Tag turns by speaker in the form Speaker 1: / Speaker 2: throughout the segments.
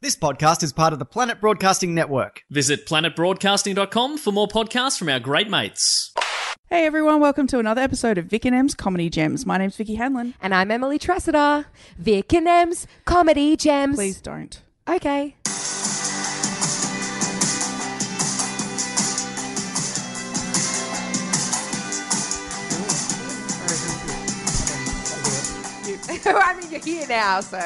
Speaker 1: This podcast is part of the Planet Broadcasting Network.
Speaker 2: Visit planetbroadcasting.com for more podcasts from our great mates.
Speaker 3: Hey everyone, welcome to another episode of Vic and M's Comedy Gems. My name's Vicky Hanlon.
Speaker 4: And I'm Emily Tressida. Vic and M's Comedy Gems.
Speaker 3: Please don't.
Speaker 4: Okay. I mean, you're here now, so.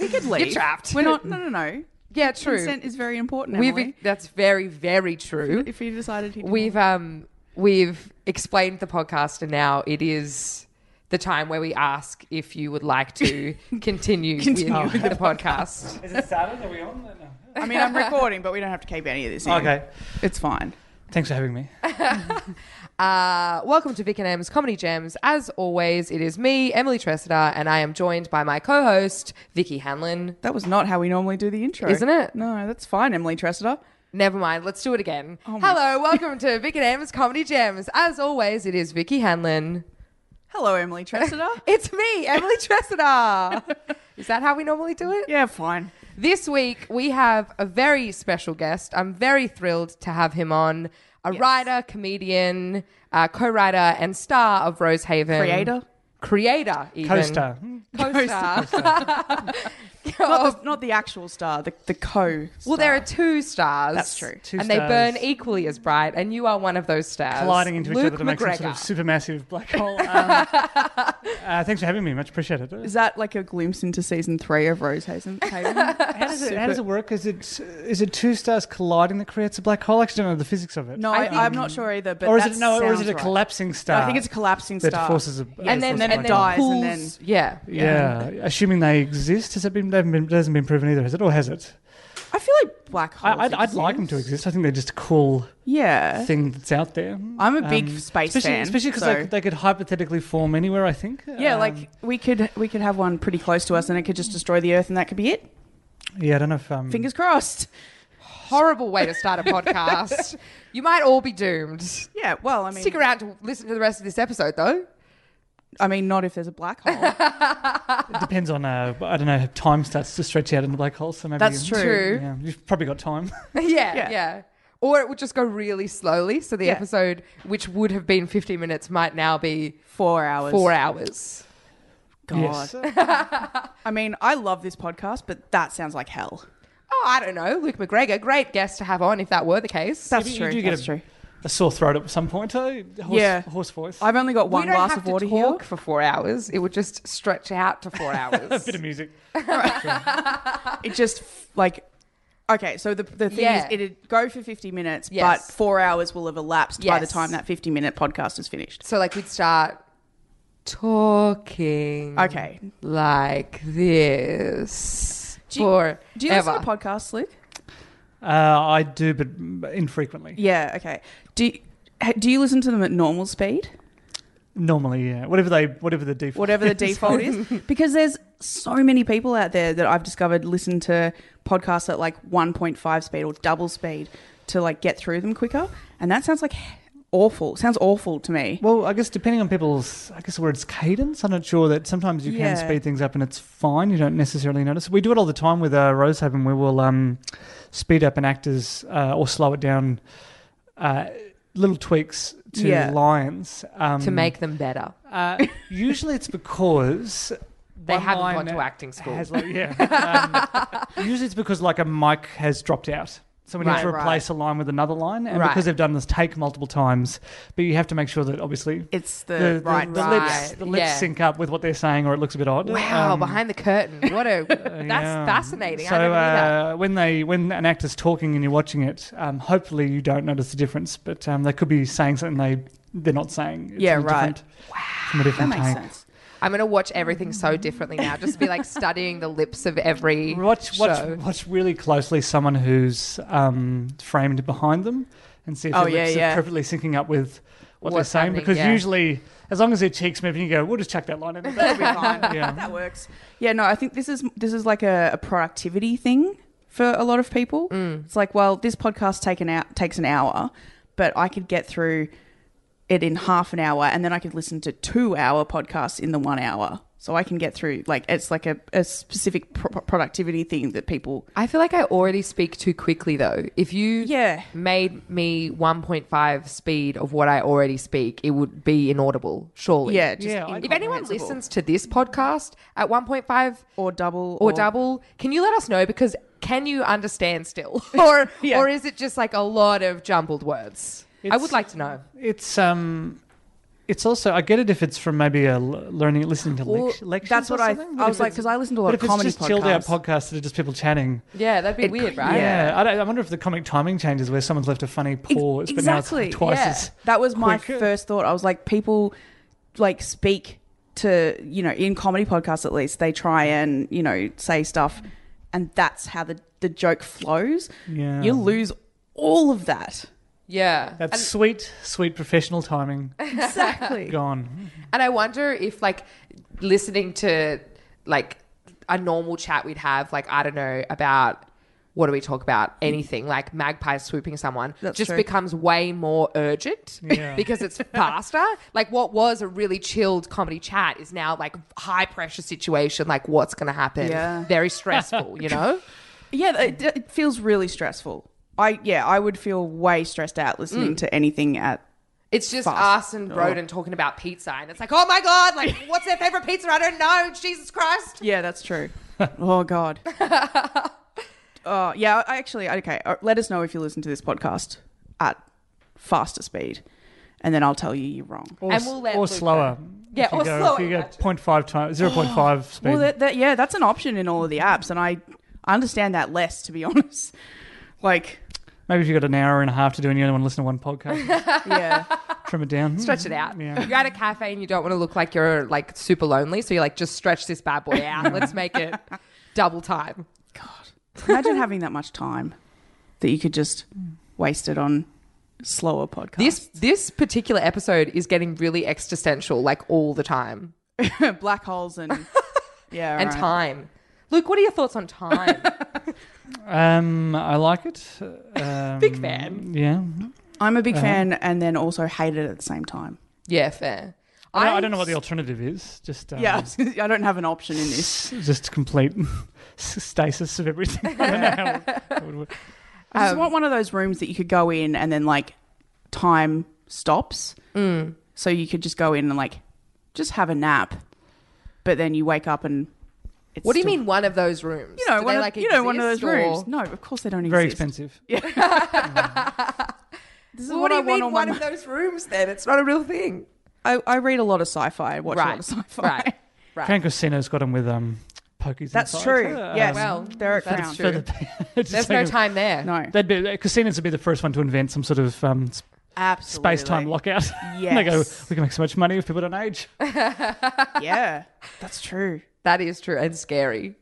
Speaker 4: we could leave. You're trapped.
Speaker 3: We're not. No, no, no.
Speaker 4: Yeah, true.
Speaker 3: Consent is very important.
Speaker 4: We've,
Speaker 3: Emily.
Speaker 4: that's very, very true.
Speaker 3: If you decided he
Speaker 4: We've um we've explained the podcast and now it is the time where we ask if you would like to continue,
Speaker 3: Continue
Speaker 4: with, the podcast.
Speaker 5: Is it started? Are we on? No.
Speaker 3: I mean, I'm recording, but we don't have to keep any of this. In.
Speaker 5: Okay.
Speaker 3: it's fine.
Speaker 5: Thanks for having me.
Speaker 4: Uh, welcome to Vic and Em's Comedy Gems. As always, it is me, Emily Tressida, and I am joined by my co-host, Vicky Hanlon.
Speaker 3: That was not how we normally do the intro,
Speaker 4: Isn't it?
Speaker 3: No, that's fine, Emily Tressida.
Speaker 4: Never mind, let's do it again. Hello, welcome to Vic and Em's Comedy Gems. As always, it is Vicky Hanlon.
Speaker 3: Hello, Emily Tressida.
Speaker 4: It's me, Emily Tressida. Is that how we normally do it?
Speaker 3: yeah, fine.
Speaker 4: This week, we have a very special guest. I'm very thrilled to have him on. A writer, comedian, uh, co writer, and star of Rosehaven.
Speaker 3: Creator?
Speaker 4: Creator, even.
Speaker 5: Co-star.
Speaker 4: Co-star.
Speaker 3: Not, the, not the actual star, the the co.
Speaker 4: well, there are two stars.
Speaker 3: That's true.
Speaker 5: Hmm. Two
Speaker 4: and they
Speaker 5: stars.
Speaker 4: burn equally as bright, and you are one of those stars.
Speaker 5: Colliding into
Speaker 4: Luke
Speaker 5: each other to make some
Speaker 4: McGregor.
Speaker 5: sort of supermassive black hole. Um, uh, thanks for having me. Much appreciated.
Speaker 3: Is that like a glimpse into season three of Rosehaven? Haven?
Speaker 5: How does, it, how does it work? Is it is it two stars colliding that creates a black hole? I actually don't know the physics of it.
Speaker 3: no, I
Speaker 4: I
Speaker 3: I, am not sure either. But
Speaker 5: or is
Speaker 3: that
Speaker 5: it no? Or is
Speaker 3: sounds
Speaker 5: it a
Speaker 3: right.
Speaker 5: collapsing
Speaker 3: No,
Speaker 5: star?
Speaker 3: I think it's a collapsing star.
Speaker 5: that forces a.
Speaker 4: And
Speaker 3: And
Speaker 4: then,
Speaker 5: forces
Speaker 3: then
Speaker 4: and
Speaker 5: a
Speaker 3: it
Speaker 4: then
Speaker 5: black hole.
Speaker 3: dies and then-
Speaker 4: pulls- yeah.
Speaker 5: Yeah. assuming they exist, has that been, they haven't been that hasn't been proven either, has it? Or has it?
Speaker 3: I feel like black holes.
Speaker 5: I, I'd, I'd like them to exist. I think they're just a cool
Speaker 3: Yeah.
Speaker 5: thing that's out there. Um,
Speaker 3: I'm a big space
Speaker 5: especially,
Speaker 3: fan,
Speaker 5: especially because
Speaker 3: so-
Speaker 5: they, they could hypothetically form anywhere. I think.
Speaker 3: Yeah,
Speaker 5: Um,
Speaker 3: like we could we could have one pretty close to us, and it could just destroy the Earth, and that could be it.
Speaker 5: yeah, I don't know if um,
Speaker 3: Fingers crossed.
Speaker 4: Horrible way to start a podcast. you might all be doomed.
Speaker 3: Yeah. Well, I mean,
Speaker 4: Stick around to listen to the rest of this episode, though.
Speaker 3: I mean, not if there's a black hole.
Speaker 5: Depends on uh, I don't know. if Time starts to stretch out in the black hole, so maybe
Speaker 3: That's
Speaker 5: you-
Speaker 3: true.
Speaker 4: True.
Speaker 5: Yeah, you've probably got time.
Speaker 4: yeah,
Speaker 3: Yeah.
Speaker 4: yeah, Or it would just go really slowly. So the
Speaker 3: Yeah.
Speaker 4: episode, which would have been 50 minutes, might now be
Speaker 3: Four hours.
Speaker 4: four hours.
Speaker 3: God.
Speaker 5: Yes.
Speaker 3: I mean, I love this podcast, but that sounds like hell.
Speaker 4: Oh, I don't know. Luke McGregor, great guest to have on if that were the case.
Speaker 3: That's
Speaker 5: you
Speaker 3: true.
Speaker 5: do get
Speaker 3: that's
Speaker 5: a-
Speaker 3: true.
Speaker 5: a sore throat at some point. Uh, horse,
Speaker 3: Yeah.
Speaker 5: horse voice.
Speaker 3: I've only got
Speaker 4: we
Speaker 3: one
Speaker 4: don't
Speaker 3: glass
Speaker 4: have
Speaker 3: of
Speaker 4: to
Speaker 3: water
Speaker 4: talk
Speaker 3: here.
Speaker 4: for four hours. It would just stretch out to four hours.
Speaker 5: Bit of music.
Speaker 3: It just f- like. Okay, so the, the thing is,
Speaker 4: Yeah.
Speaker 3: it'd go for 50 minutes,
Speaker 4: Yes.
Speaker 3: but four hours will have elapsed by the
Speaker 4: Yes.
Speaker 3: time that 50 minute podcast is finished.
Speaker 4: so, like, we'd start talking
Speaker 3: Okay.
Speaker 4: like this
Speaker 3: Do you-
Speaker 4: forever.
Speaker 3: Do you listen to podcasts, Luke?
Speaker 5: Uh, I do, but mm, infrequently.
Speaker 3: Yeah, okay. Do you, ha- do you listen to them at normal speed?
Speaker 5: Normally, yeah. Whatever they, whatever the default.
Speaker 3: whatever the
Speaker 5: is.
Speaker 3: default is because there's so many people out there that I've discovered listen to podcasts at like 1.5 speed or double speed to like get through them quicker and that sounds like awful sounds awful to me
Speaker 5: Well, I guess depending on people's, I guess the word's cadence. I'm not sure that sometimes you
Speaker 3: Yeah.
Speaker 5: can speed things up and it's fine. You don't necessarily notice. We do it all the time with uh, Rosehaven. We will um, speed up an actor's uh, or slow it down. Uh, little tweaks to
Speaker 3: Yeah.
Speaker 5: lines um,
Speaker 4: to make them better.
Speaker 5: Uh, usually, it's because
Speaker 4: They
Speaker 5: one
Speaker 4: haven't gone
Speaker 5: line
Speaker 4: to acting school.
Speaker 5: Has like, yeah. um, usually, it's because like a mic has dropped out. So we need
Speaker 4: Right,
Speaker 5: to replace a line with another line, and
Speaker 4: Right.
Speaker 5: because they've done this take multiple times, but you have to make sure that obviously
Speaker 3: it's the,
Speaker 5: the, the,
Speaker 3: right
Speaker 5: the
Speaker 3: right.
Speaker 5: lips
Speaker 4: Right,
Speaker 5: the lips
Speaker 4: yeah.
Speaker 5: sync up with what they're saying, or it looks a bit odd.
Speaker 4: Wow,
Speaker 5: Um,
Speaker 4: behind the curtain. What a that's
Speaker 5: yeah.
Speaker 4: fascinating.
Speaker 5: So
Speaker 4: I never knew that.
Speaker 5: uh, when they when an actor's talking and you're watching it, um, hopefully you don't notice the difference, but um, they could be saying something they they're not saying. It's
Speaker 3: Yeah,
Speaker 5: from a
Speaker 3: right.
Speaker 5: different- From a different
Speaker 3: that makes
Speaker 5: take.
Speaker 3: sense
Speaker 4: I'm gonna watch everything so differently now. Just be like studying the lips of every
Speaker 5: Watch,
Speaker 4: show.
Speaker 5: watch, watch really closely someone who's um, framed behind them and see if
Speaker 3: Oh,
Speaker 5: their
Speaker 3: yeah,
Speaker 5: lips
Speaker 3: yeah.
Speaker 5: are perfectly syncing up with what
Speaker 4: What's
Speaker 5: they're saying.
Speaker 4: happening,
Speaker 5: Because
Speaker 4: yeah.
Speaker 5: usually, as long as their cheeks move, and you go, we'll just chuck that line in. there." Yeah.
Speaker 3: That works. Yeah, no, I think this is this is like a, a productivity thing for a lot of people.
Speaker 5: Mm.
Speaker 3: It's like, well, this podcast take an hour, takes an hour, but I could get through it in half an hour, and then I could listen to two hour podcasts in the one hour. So I can get through like it's like a, a specific pro- productivity thing that people.
Speaker 4: I feel like I already speak too quickly though. If you
Speaker 3: Yeah.
Speaker 4: made me 1.5 speed of what I already speak, it would be inaudible, surely.
Speaker 3: Yeah, just
Speaker 5: Yeah, I-
Speaker 4: If anyone
Speaker 3: incomprehensible.
Speaker 4: listens to this podcast at 1.5
Speaker 3: or double
Speaker 4: or double, can you let us know? Because can you understand still, or
Speaker 3: Yeah.
Speaker 4: or is it just like a lot of jumbled words? I
Speaker 5: It's-
Speaker 4: would like to know.
Speaker 5: It's um, it's also I get it if it's from maybe a l- learning listening to
Speaker 3: Well,
Speaker 5: lec- lectures.
Speaker 3: that's
Speaker 5: or
Speaker 3: what I-
Speaker 5: something,
Speaker 3: I
Speaker 5: but
Speaker 3: was
Speaker 5: if
Speaker 3: like,
Speaker 5: it's-
Speaker 3: 'cause I listen to a lot
Speaker 5: but
Speaker 3: of
Speaker 5: if
Speaker 3: comedy
Speaker 5: it's just chilled out
Speaker 3: podcasts.
Speaker 5: podcasts that are just people chatting.
Speaker 4: Yeah, that'd be
Speaker 3: It-
Speaker 4: weird, right?
Speaker 3: yeah.
Speaker 5: Yeah, I, don't- I wonder if the comic timing changes where someone's left a funny pause, but now it's like twice
Speaker 4: yeah.
Speaker 5: as.
Speaker 3: That was my
Speaker 5: quick.
Speaker 3: first thought. I was like, people like speak to you know in comedy podcasts at least they try and you know say stuff, and that's how the the joke flows.
Speaker 5: Yeah.
Speaker 3: you lose all of that.
Speaker 4: Yeah.
Speaker 5: That's sweet, sweet professional timing
Speaker 3: Exactly.
Speaker 5: gone.
Speaker 4: And I wonder if like listening to like a normal chat we'd have, like I don't know about what do we talk about? Anything like magpies swooping someone
Speaker 3: That's
Speaker 4: just
Speaker 3: true.
Speaker 4: becomes way more urgent
Speaker 5: Yeah.
Speaker 4: because it's faster. like what was a really chilled comedy chat is now like high pressure situation. Like what's going to happen?
Speaker 3: Yeah.
Speaker 4: Very stressful, you know?
Speaker 3: yeah, it, it feels really stressful. I yeah, I would feel way stressed out listening to anything at.
Speaker 4: It's just us and
Speaker 3: Oh.
Speaker 4: Broden talking about pizza, and it's like, oh my god, like what's their favorite pizza? I don't know. Jesus Christ!
Speaker 3: Yeah, that's true. oh God. Oh yeah, I actually okay. uh, Let us know if you listen to this podcast at faster speed, and then I'll tell you you're wrong.
Speaker 5: Or,
Speaker 4: And we'll let
Speaker 5: or
Speaker 4: Luke
Speaker 5: slower.
Speaker 4: Yeah,
Speaker 5: If you
Speaker 4: or
Speaker 5: go,
Speaker 4: slower,
Speaker 5: If you go
Speaker 4: imagine.
Speaker 5: 0.5 times, 0.5 speed.
Speaker 3: Well, that, that, yeah, that's an option in all of the apps, and I I understand that less, to be honest. Like,
Speaker 5: Maybe if you've got an hour and a half to do and you only want to listen to one podcast,
Speaker 3: yeah,
Speaker 5: trim it down.
Speaker 4: Stretch it out.
Speaker 5: Yeah.
Speaker 4: You're at a cafe and you don't want to look like you're like super lonely, so you're like, just stretch this bad boy out. Let's make it double time.
Speaker 3: imagine having that much time that you could just
Speaker 4: Mm.
Speaker 3: waste it on slower podcasts.
Speaker 4: This this particular episode is getting really existential, like all the time.
Speaker 3: black holes and yeah,
Speaker 4: And
Speaker 3: right.
Speaker 4: time. Luke, what are your thoughts on time?
Speaker 5: Um, I like it. Um,
Speaker 4: Big fan.
Speaker 5: Yeah.
Speaker 3: I'm a big
Speaker 4: Uh-huh.
Speaker 3: fan, and then also hate it at the same time.
Speaker 4: yeah, fair.
Speaker 5: I don't, I don't know what the alternative is. Just um,
Speaker 3: Yeah, I don't have an option in this.
Speaker 5: Just complete stasis of everything. I don't know how it- it would work.
Speaker 3: I
Speaker 4: Um,
Speaker 3: just want one of those rooms that you could go in and then like time stops.
Speaker 4: Mm.
Speaker 3: So you could just go in and like just have a nap, but then you wake up and it's
Speaker 4: What do you
Speaker 3: still-
Speaker 4: mean one of those rooms?
Speaker 3: You know,
Speaker 4: Do
Speaker 3: one
Speaker 4: they,
Speaker 3: of,
Speaker 4: like,
Speaker 3: you know, one of those
Speaker 4: exist, or-
Speaker 3: rooms. No, of course they don't exist.
Speaker 5: Very expensive.
Speaker 3: This is
Speaker 4: Well,
Speaker 3: what,
Speaker 4: what, do
Speaker 3: I want
Speaker 4: you mean
Speaker 3: on
Speaker 4: one
Speaker 3: my.
Speaker 4: of those rooms then? It's not a real thing.
Speaker 3: I, I read a lot of sci-fi. I watch a lot of sci-fi.
Speaker 4: Right. Right.
Speaker 5: Crown Casino's got them with um, pokies.
Speaker 3: That's
Speaker 5: inside.
Speaker 3: true.
Speaker 5: Uh,
Speaker 3: yes.
Speaker 4: Well,
Speaker 3: they're at
Speaker 4: that's
Speaker 3: Crown.
Speaker 4: true.
Speaker 5: It's
Speaker 4: There's
Speaker 5: just
Speaker 4: no
Speaker 5: like a-
Speaker 4: time there.
Speaker 3: No,
Speaker 5: That'd be uh, casinos would be the first one to invent some sort of um,
Speaker 3: absolutely.
Speaker 5: space time lockout. And they go,
Speaker 3: Yes.
Speaker 5: we can make so much money if people don't age.
Speaker 3: Yeah, that's true.
Speaker 4: That is true and scary.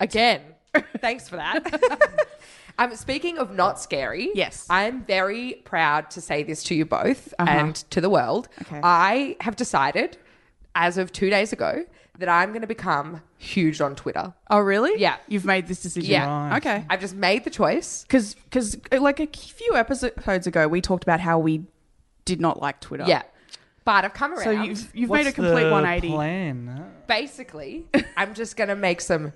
Speaker 4: Again, thanks for that. um, speaking of not scary,
Speaker 3: Yes. Uh-huh.
Speaker 4: I'm very proud to say this to you both and to the world.
Speaker 3: Okay.
Speaker 4: I have decided, as of two days ago, that I'm going to become huge on Twitter.
Speaker 3: Oh, really?
Speaker 4: Yeah.
Speaker 3: You've made this decision.
Speaker 4: Yeah.
Speaker 3: Okay.
Speaker 4: I've just made the choice.
Speaker 3: because because uh, like a few episodes ago we talked about how we did not like Twitter.
Speaker 4: Yeah. But I've come around.
Speaker 3: Oh. So you've you've
Speaker 5: What's
Speaker 3: made a complete
Speaker 5: the
Speaker 3: 180.
Speaker 5: plan?
Speaker 4: basically, I'm just going to make some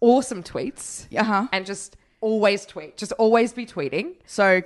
Speaker 4: awesome tweets
Speaker 3: Uh-huh.
Speaker 4: and just always tweet, just always be tweeting.
Speaker 3: So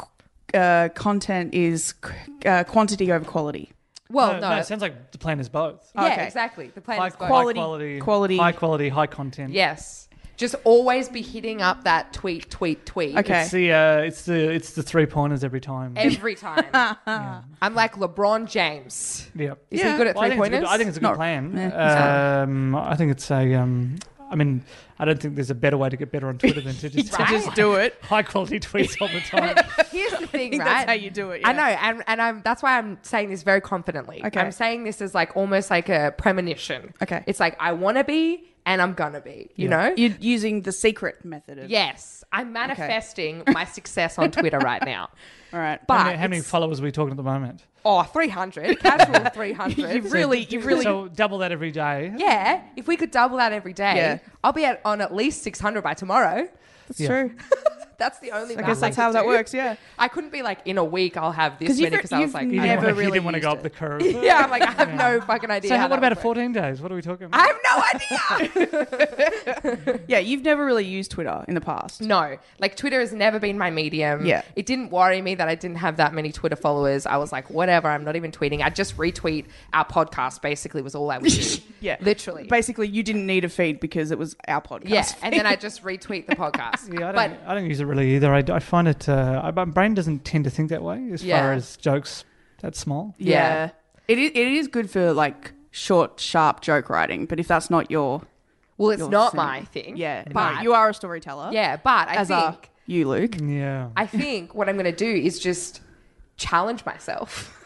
Speaker 3: c- uh, content is c- uh, quantity over quality.
Speaker 4: Well,
Speaker 5: no,
Speaker 4: no.
Speaker 5: no, it sounds like the plan is both.
Speaker 4: yeah,
Speaker 3: Oh, Okay.
Speaker 4: exactly. The plan
Speaker 5: high,
Speaker 4: is both.
Speaker 3: quality-
Speaker 5: high quality,
Speaker 3: quality-
Speaker 5: high quality, high content.
Speaker 4: Yes. Just always be hitting up that tweet, tweet, tweet.
Speaker 3: Okay.
Speaker 5: It's the uh, it's the it's the three pointers every time.
Speaker 4: Every time. I'm like LeBron James.
Speaker 5: yep.
Speaker 4: Is
Speaker 3: Yeah.
Speaker 4: he good at
Speaker 5: Well, I
Speaker 4: three
Speaker 5: think it's a
Speaker 4: pointers?
Speaker 5: good- I think it's a good
Speaker 3: No.
Speaker 5: plan.
Speaker 3: Yeah.
Speaker 5: Um, I think it's a um, I mean, I don't think there's a better way to get better on Twitter than to just
Speaker 4: Right.
Speaker 3: Just do it.
Speaker 5: high quality tweets all the time.
Speaker 4: Here's the thing,
Speaker 3: think
Speaker 4: right?
Speaker 3: that's how you do it,
Speaker 4: I
Speaker 3: yeah.
Speaker 4: know, and and I'm that's why I'm saying this very confidently.
Speaker 3: Okay.
Speaker 4: I'm saying this as like almost like a premonition.
Speaker 3: Okay.
Speaker 4: it's like I want to be and I'm gonna be. You know.
Speaker 3: You're using the secret method of
Speaker 4: yes, I'm manifesting my success on Twitter right now.
Speaker 3: All right.
Speaker 4: But
Speaker 5: How many- how many
Speaker 4: it's-
Speaker 5: followers are we talking at the moment?
Speaker 4: oh, 300 casual 300.
Speaker 3: You've really, you've really.
Speaker 5: So double that every day.
Speaker 4: yeah. If we could double that every day,
Speaker 3: Yeah.
Speaker 4: I'll be at, on at least 600 by tomorrow.
Speaker 3: that's
Speaker 5: Yeah.
Speaker 3: true.
Speaker 4: That's the only.
Speaker 3: I
Speaker 4: math
Speaker 3: guess that's
Speaker 4: can
Speaker 3: how that
Speaker 4: do.
Speaker 3: works. Yeah.
Speaker 4: I couldn't be like in a week. I'll have this
Speaker 3: 'Cause
Speaker 4: many
Speaker 3: you've-
Speaker 4: because I was
Speaker 3: you've
Speaker 4: like,
Speaker 5: You
Speaker 4: I
Speaker 5: didn't
Speaker 4: never
Speaker 5: wanna-
Speaker 4: really
Speaker 5: you didn't want to
Speaker 4: used
Speaker 5: go
Speaker 4: it.
Speaker 5: up the curve.
Speaker 4: Yeah, I'm like, I have no fucking idea.
Speaker 5: So how, what
Speaker 4: that
Speaker 5: about a
Speaker 4: would work.
Speaker 5: 14 days? What are we talking about?
Speaker 4: I have no idea.
Speaker 3: Yeah. You've never really used Twitter in the past.
Speaker 4: no, like Twitter has never been my medium.
Speaker 3: Yeah.
Speaker 4: It didn't worry me that I didn't have that many Twitter followers. I was like, whatever, I'm not even tweeting. I just retweet our podcast, basically, was all I would do.
Speaker 3: Yeah.
Speaker 4: Literally.
Speaker 3: Basically, you didn't need a feed because it was our podcast.
Speaker 4: yeah. And then I just retweet the podcast.
Speaker 5: Yeah, I
Speaker 4: but
Speaker 5: don't, I don't use it really either. I, I find it, uh, I, my brain doesn't tend to think that way as
Speaker 4: Yeah.
Speaker 5: far as jokes that small.
Speaker 4: Yeah.
Speaker 3: yeah. It is, it is good for like short, sharp joke writing, but if that's not your
Speaker 4: well, it's
Speaker 3: your
Speaker 4: not
Speaker 3: thing-
Speaker 4: my thing.
Speaker 3: yeah, no,
Speaker 4: But
Speaker 3: you are a storyteller.
Speaker 4: yeah, but I
Speaker 3: as are
Speaker 4: think
Speaker 3: you, Luke.
Speaker 5: Yeah.
Speaker 4: I think what I'm going to do is just challenge myself.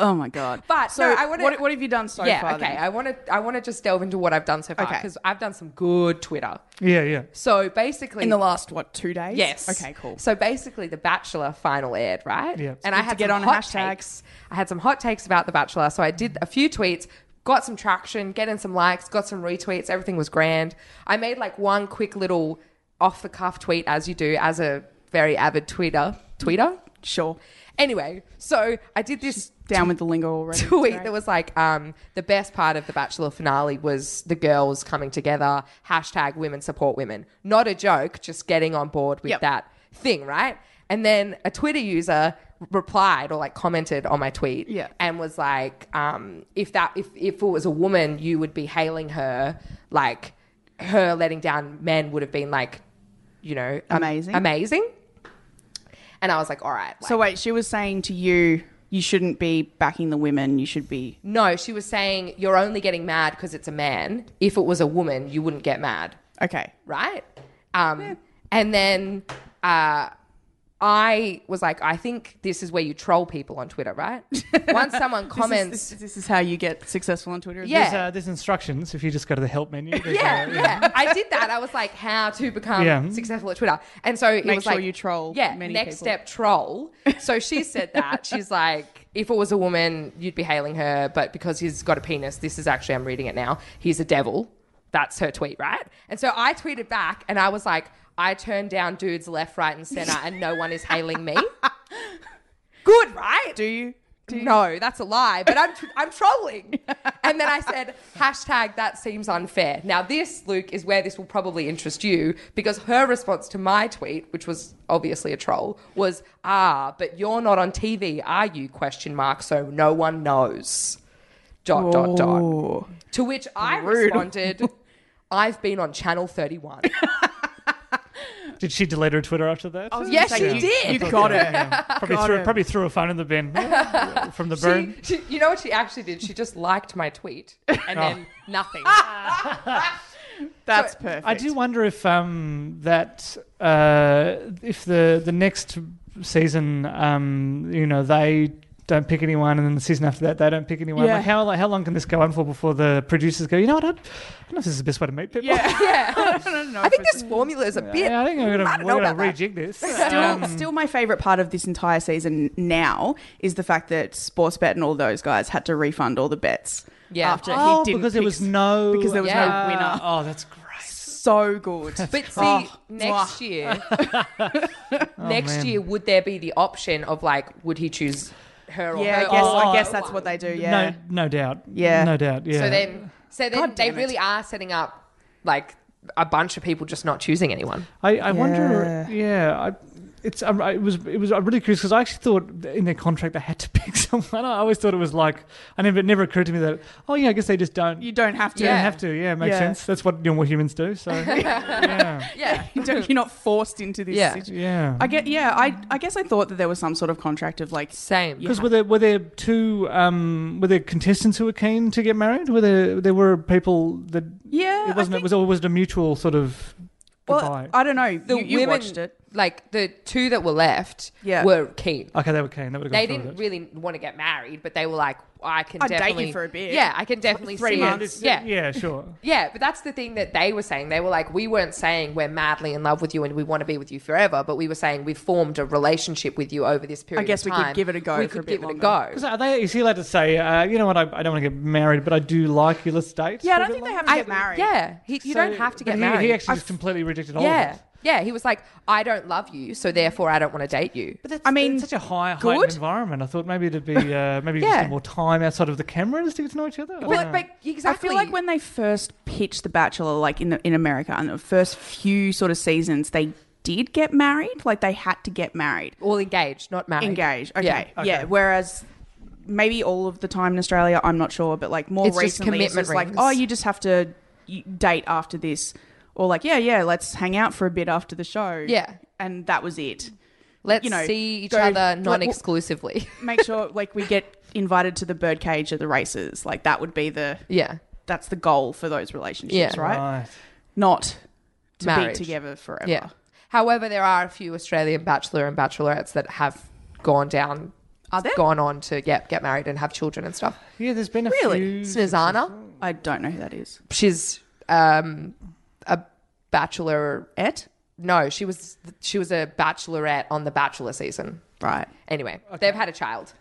Speaker 3: Oh my god!
Speaker 4: But,
Speaker 3: so
Speaker 4: no, I wanna-
Speaker 3: what, what have you done so
Speaker 4: yeah,
Speaker 3: far?
Speaker 4: okay.
Speaker 3: then?
Speaker 4: I want to I want to just delve into what I've done so far
Speaker 3: Okay.
Speaker 4: because I've done some good Twitter.
Speaker 5: yeah, yeah.
Speaker 4: So basically,
Speaker 3: in the last what two days?
Speaker 4: yes,
Speaker 3: Okay, cool.
Speaker 4: So basically, The Bachelor final aired, right?
Speaker 5: Yep.
Speaker 4: And I
Speaker 5: Good
Speaker 3: to
Speaker 4: had
Speaker 3: get on
Speaker 4: some hot
Speaker 3: hashtags.
Speaker 4: takes. I had some hot takes about The Bachelor, so I did a few tweets. Got some traction, getting some likes, got some retweets. Everything was grand. I made like one quick little off the cuff tweet, as you do, as a very avid tweeter. Tweeter.
Speaker 3: sure.
Speaker 4: Anyway, so I did this
Speaker 3: Down with the lingo already.
Speaker 4: tweet that was like um, the best part of the bachelor finale was the girls coming together hashtag women support women not a joke just getting on board with
Speaker 3: Yep.
Speaker 4: that thing right and then a twitter user replied or like commented on my tweet
Speaker 3: Yeah.
Speaker 4: and was like um, if that if, if it was a woman you would be hailing her like her letting down men would have been like you know am-
Speaker 3: Amazing.
Speaker 4: amazing and i was like all right like,
Speaker 3: So wait, she was saying to you, you shouldn't be backing the women. You should be.
Speaker 4: No, she was saying you're only getting mad because it's a man. If it was a woman, you wouldn't get mad,
Speaker 3: Okay.
Speaker 4: right? Um, And then uh, I was like, I think this is where you troll people on Twitter, right? Once someone comments,
Speaker 3: This is, this is how you get successful on Twitter.
Speaker 4: Yeah.
Speaker 5: There's, uh, there's instructions if you just go to the help menu. there's,
Speaker 4: yeah,
Speaker 5: uh,
Speaker 4: yeah. I did that. I was like, how to become
Speaker 5: Yeah.
Speaker 4: successful at Twitter. And so it
Speaker 3: Make
Speaker 4: was
Speaker 3: sure
Speaker 4: like,
Speaker 3: you troll
Speaker 4: Yeah,
Speaker 3: many
Speaker 4: next
Speaker 3: people.
Speaker 4: step troll. So she said that she's like, if it was a woman, you'd be hailing her, but because he's got a penis, this is actually I'm reading it now. He's a devil. That's her tweet, right? And so I tweeted back, and I was like, I turned down dudes left, right, and center, and no one is hailing me. Good, right?
Speaker 3: Do you?
Speaker 4: No, that's a lie. But I'm I'm trolling. and then I said hashtag that seems unfair. Now this Luke is where this will probably interest you because her response to my tweet, which was obviously a troll, was ah, but you're not on TV, are you? Question mark. So no one knows. Dot dot dot. To which I responded, I've been on Channel 31.
Speaker 5: Did she delete her Twitter after that?
Speaker 4: yes, Oh, she
Speaker 3: Say you-
Speaker 4: did.
Speaker 3: You got it.
Speaker 5: probably, threw, probably threw a phone in the bin from the
Speaker 4: She,
Speaker 5: burn.
Speaker 4: she, you know what she actually did? She just liked my tweet and then nothing.
Speaker 3: That's perfect.
Speaker 5: I do wonder if um, that uh, if the the next season, um, you know, they don't pick anyone, and then the season after that, they don't pick anyone.
Speaker 3: Yeah.
Speaker 5: Like how like, how long can this go on for before the producers go? You know what? I don't, I don't know if this is the best way to meet people.
Speaker 3: Yeah.
Speaker 4: Yeah.
Speaker 3: I don't know
Speaker 4: I
Speaker 3: if
Speaker 4: think
Speaker 3: it's-
Speaker 4: this formula is a bit.
Speaker 5: Yeah, I think we're
Speaker 4: I
Speaker 5: gonna,
Speaker 4: don't know
Speaker 5: we're gonna
Speaker 4: about that.
Speaker 5: rejig this.
Speaker 3: Still,
Speaker 4: Um,
Speaker 3: still, my favorite part of this entire season now is the fact that Sportsbet and all those guys had to refund all the bets.
Speaker 4: Yeah.
Speaker 3: after
Speaker 5: oh,
Speaker 3: he didn't
Speaker 5: because there
Speaker 3: pick-
Speaker 5: was no
Speaker 3: because there was
Speaker 4: Yeah.
Speaker 3: no winner.
Speaker 5: Oh, that's great.
Speaker 3: So good.
Speaker 4: But see,
Speaker 3: Oh,
Speaker 4: next year, next
Speaker 5: Oh, man.
Speaker 4: year, would there be the option of like, would he choose her or
Speaker 3: yeah, I
Speaker 4: her? Oh.
Speaker 3: guess
Speaker 4: or
Speaker 3: I
Speaker 4: her
Speaker 3: guess that's what
Speaker 4: one?
Speaker 3: they do. Yeah,
Speaker 5: Oh, No, no doubt.
Speaker 3: Yeah.
Speaker 5: no doubt. Yeah.
Speaker 4: So then, so then
Speaker 3: God
Speaker 4: they
Speaker 3: damn it.
Speaker 4: really are setting up like a bunch of people just not choosing anyone.
Speaker 5: I, I wonder. Yeah, I, it's. Um, I, it was. It was. I'm really curious because I actually thought in their contract they had to pick someone. I always thought it was like. I never. It never occurred to me that. Oh yeah, I guess they just don't.
Speaker 3: you don't have to.
Speaker 4: Yeah.
Speaker 5: don't have to. Yeah, makes
Speaker 3: Yeah.
Speaker 5: sense. That's what normal humans do. So. yeah.
Speaker 4: Yeah,
Speaker 3: You don't, you're not forced into this.
Speaker 4: Yeah.
Speaker 3: situation.
Speaker 5: Yeah.
Speaker 3: I get. Yeah, I I guess I thought that there was some sort of contract of like.
Speaker 4: same.
Speaker 5: Because were there were there two um, were there contestants who were keen to get married? Were there there were people that
Speaker 3: Yeah,
Speaker 5: It wasn't.
Speaker 3: Uh, I
Speaker 5: it was. Or was it a mutual sort of goodbye?
Speaker 3: well, I don't know.
Speaker 4: The
Speaker 3: you, you
Speaker 4: women,
Speaker 3: watched it.
Speaker 4: like the two that were left,
Speaker 3: Yeah.
Speaker 4: were keen.
Speaker 5: okay, they were keen. They would have gone
Speaker 4: They
Speaker 5: through
Speaker 4: didn't
Speaker 5: with it.
Speaker 4: really want to get married, but they were like, I can
Speaker 3: I'd date you
Speaker 4: definitely
Speaker 3: for a bit.
Speaker 4: Yeah, I can definitely
Speaker 3: Three
Speaker 4: see
Speaker 3: months.
Speaker 4: it. Yeah. yeah.
Speaker 5: yeah, sure.
Speaker 4: but that's the thing that they were saying. They were like, we weren't saying we're madly in love with you and we want to be with you forever, but we were saying we formed a relationship with you over this period.
Speaker 3: guess
Speaker 4: of
Speaker 3: we could
Speaker 4: time.
Speaker 3: give it a go
Speaker 4: We
Speaker 3: for
Speaker 4: could
Speaker 3: a bit
Speaker 4: give it a
Speaker 3: longer.
Speaker 4: go.
Speaker 5: Because are they? Is he allowed to say, uh, you know what? I, I don't want to get married, but I do like you. Let's date.
Speaker 3: Yeah, I
Speaker 5: for a
Speaker 3: don't
Speaker 5: bit
Speaker 3: think they
Speaker 5: longer?
Speaker 3: have to get married.
Speaker 4: Yeah, he, you
Speaker 5: So-
Speaker 4: don't have to
Speaker 5: but
Speaker 4: get
Speaker 5: he,
Speaker 4: married.
Speaker 5: He actually just completely rejected all of
Speaker 4: yeah,
Speaker 5: it.
Speaker 4: yeah. He was like, I don't love you, so therefore I don't want to date you.
Speaker 5: But that's,
Speaker 3: I mean,
Speaker 5: it's such a high
Speaker 3: good.
Speaker 5: heightened environment. I thought maybe it'd be uh, maybe
Speaker 4: Yeah.
Speaker 5: just need more time outside of the cameras to get to know each other. I don't
Speaker 4: But,
Speaker 5: know.
Speaker 4: but exactly.
Speaker 3: I feel like when they first pitched The Bachelor, like in the, in America, and the first few sort of seasons, they did get married. Like they had to get married,
Speaker 4: all engaged, not married.
Speaker 3: engaged. Okay,
Speaker 4: Yeah.
Speaker 3: yeah. Whereas maybe all of the time in Australia, I'm not sure, but like more
Speaker 4: It's just
Speaker 3: recently,
Speaker 4: commitment
Speaker 3: it's just like
Speaker 4: rings.
Speaker 3: oh, you just have to y- date after this, or like yeah, yeah, let's hang out for a bit after the show.
Speaker 4: Yeah.
Speaker 3: and that was it.
Speaker 4: Let's
Speaker 3: you know,
Speaker 4: see each
Speaker 3: go-
Speaker 4: other
Speaker 3: like,
Speaker 4: non exclusively.
Speaker 3: Make sure like we get invited to the birdcage at the races. Like that would be the
Speaker 4: yeah.
Speaker 3: that's the goal for those relationships,
Speaker 4: Yeah.
Speaker 3: right?
Speaker 5: Right.
Speaker 3: Not to
Speaker 4: Marriage.
Speaker 3: be together forever.
Speaker 4: Yeah. However, there are a few Australian bachelor and bachelorettes that have gone down,
Speaker 3: Are there?
Speaker 4: gone on to get get married and have children and stuff.
Speaker 5: Yeah, there's been a
Speaker 3: Really?
Speaker 5: few.
Speaker 4: Snizana,
Speaker 3: I don't know who that is.
Speaker 4: she's um, a bachelor.
Speaker 3: Et?
Speaker 4: No, she was she was a bachelorette on the Bachelor season.
Speaker 3: Right.
Speaker 4: Anyway, they've had a child,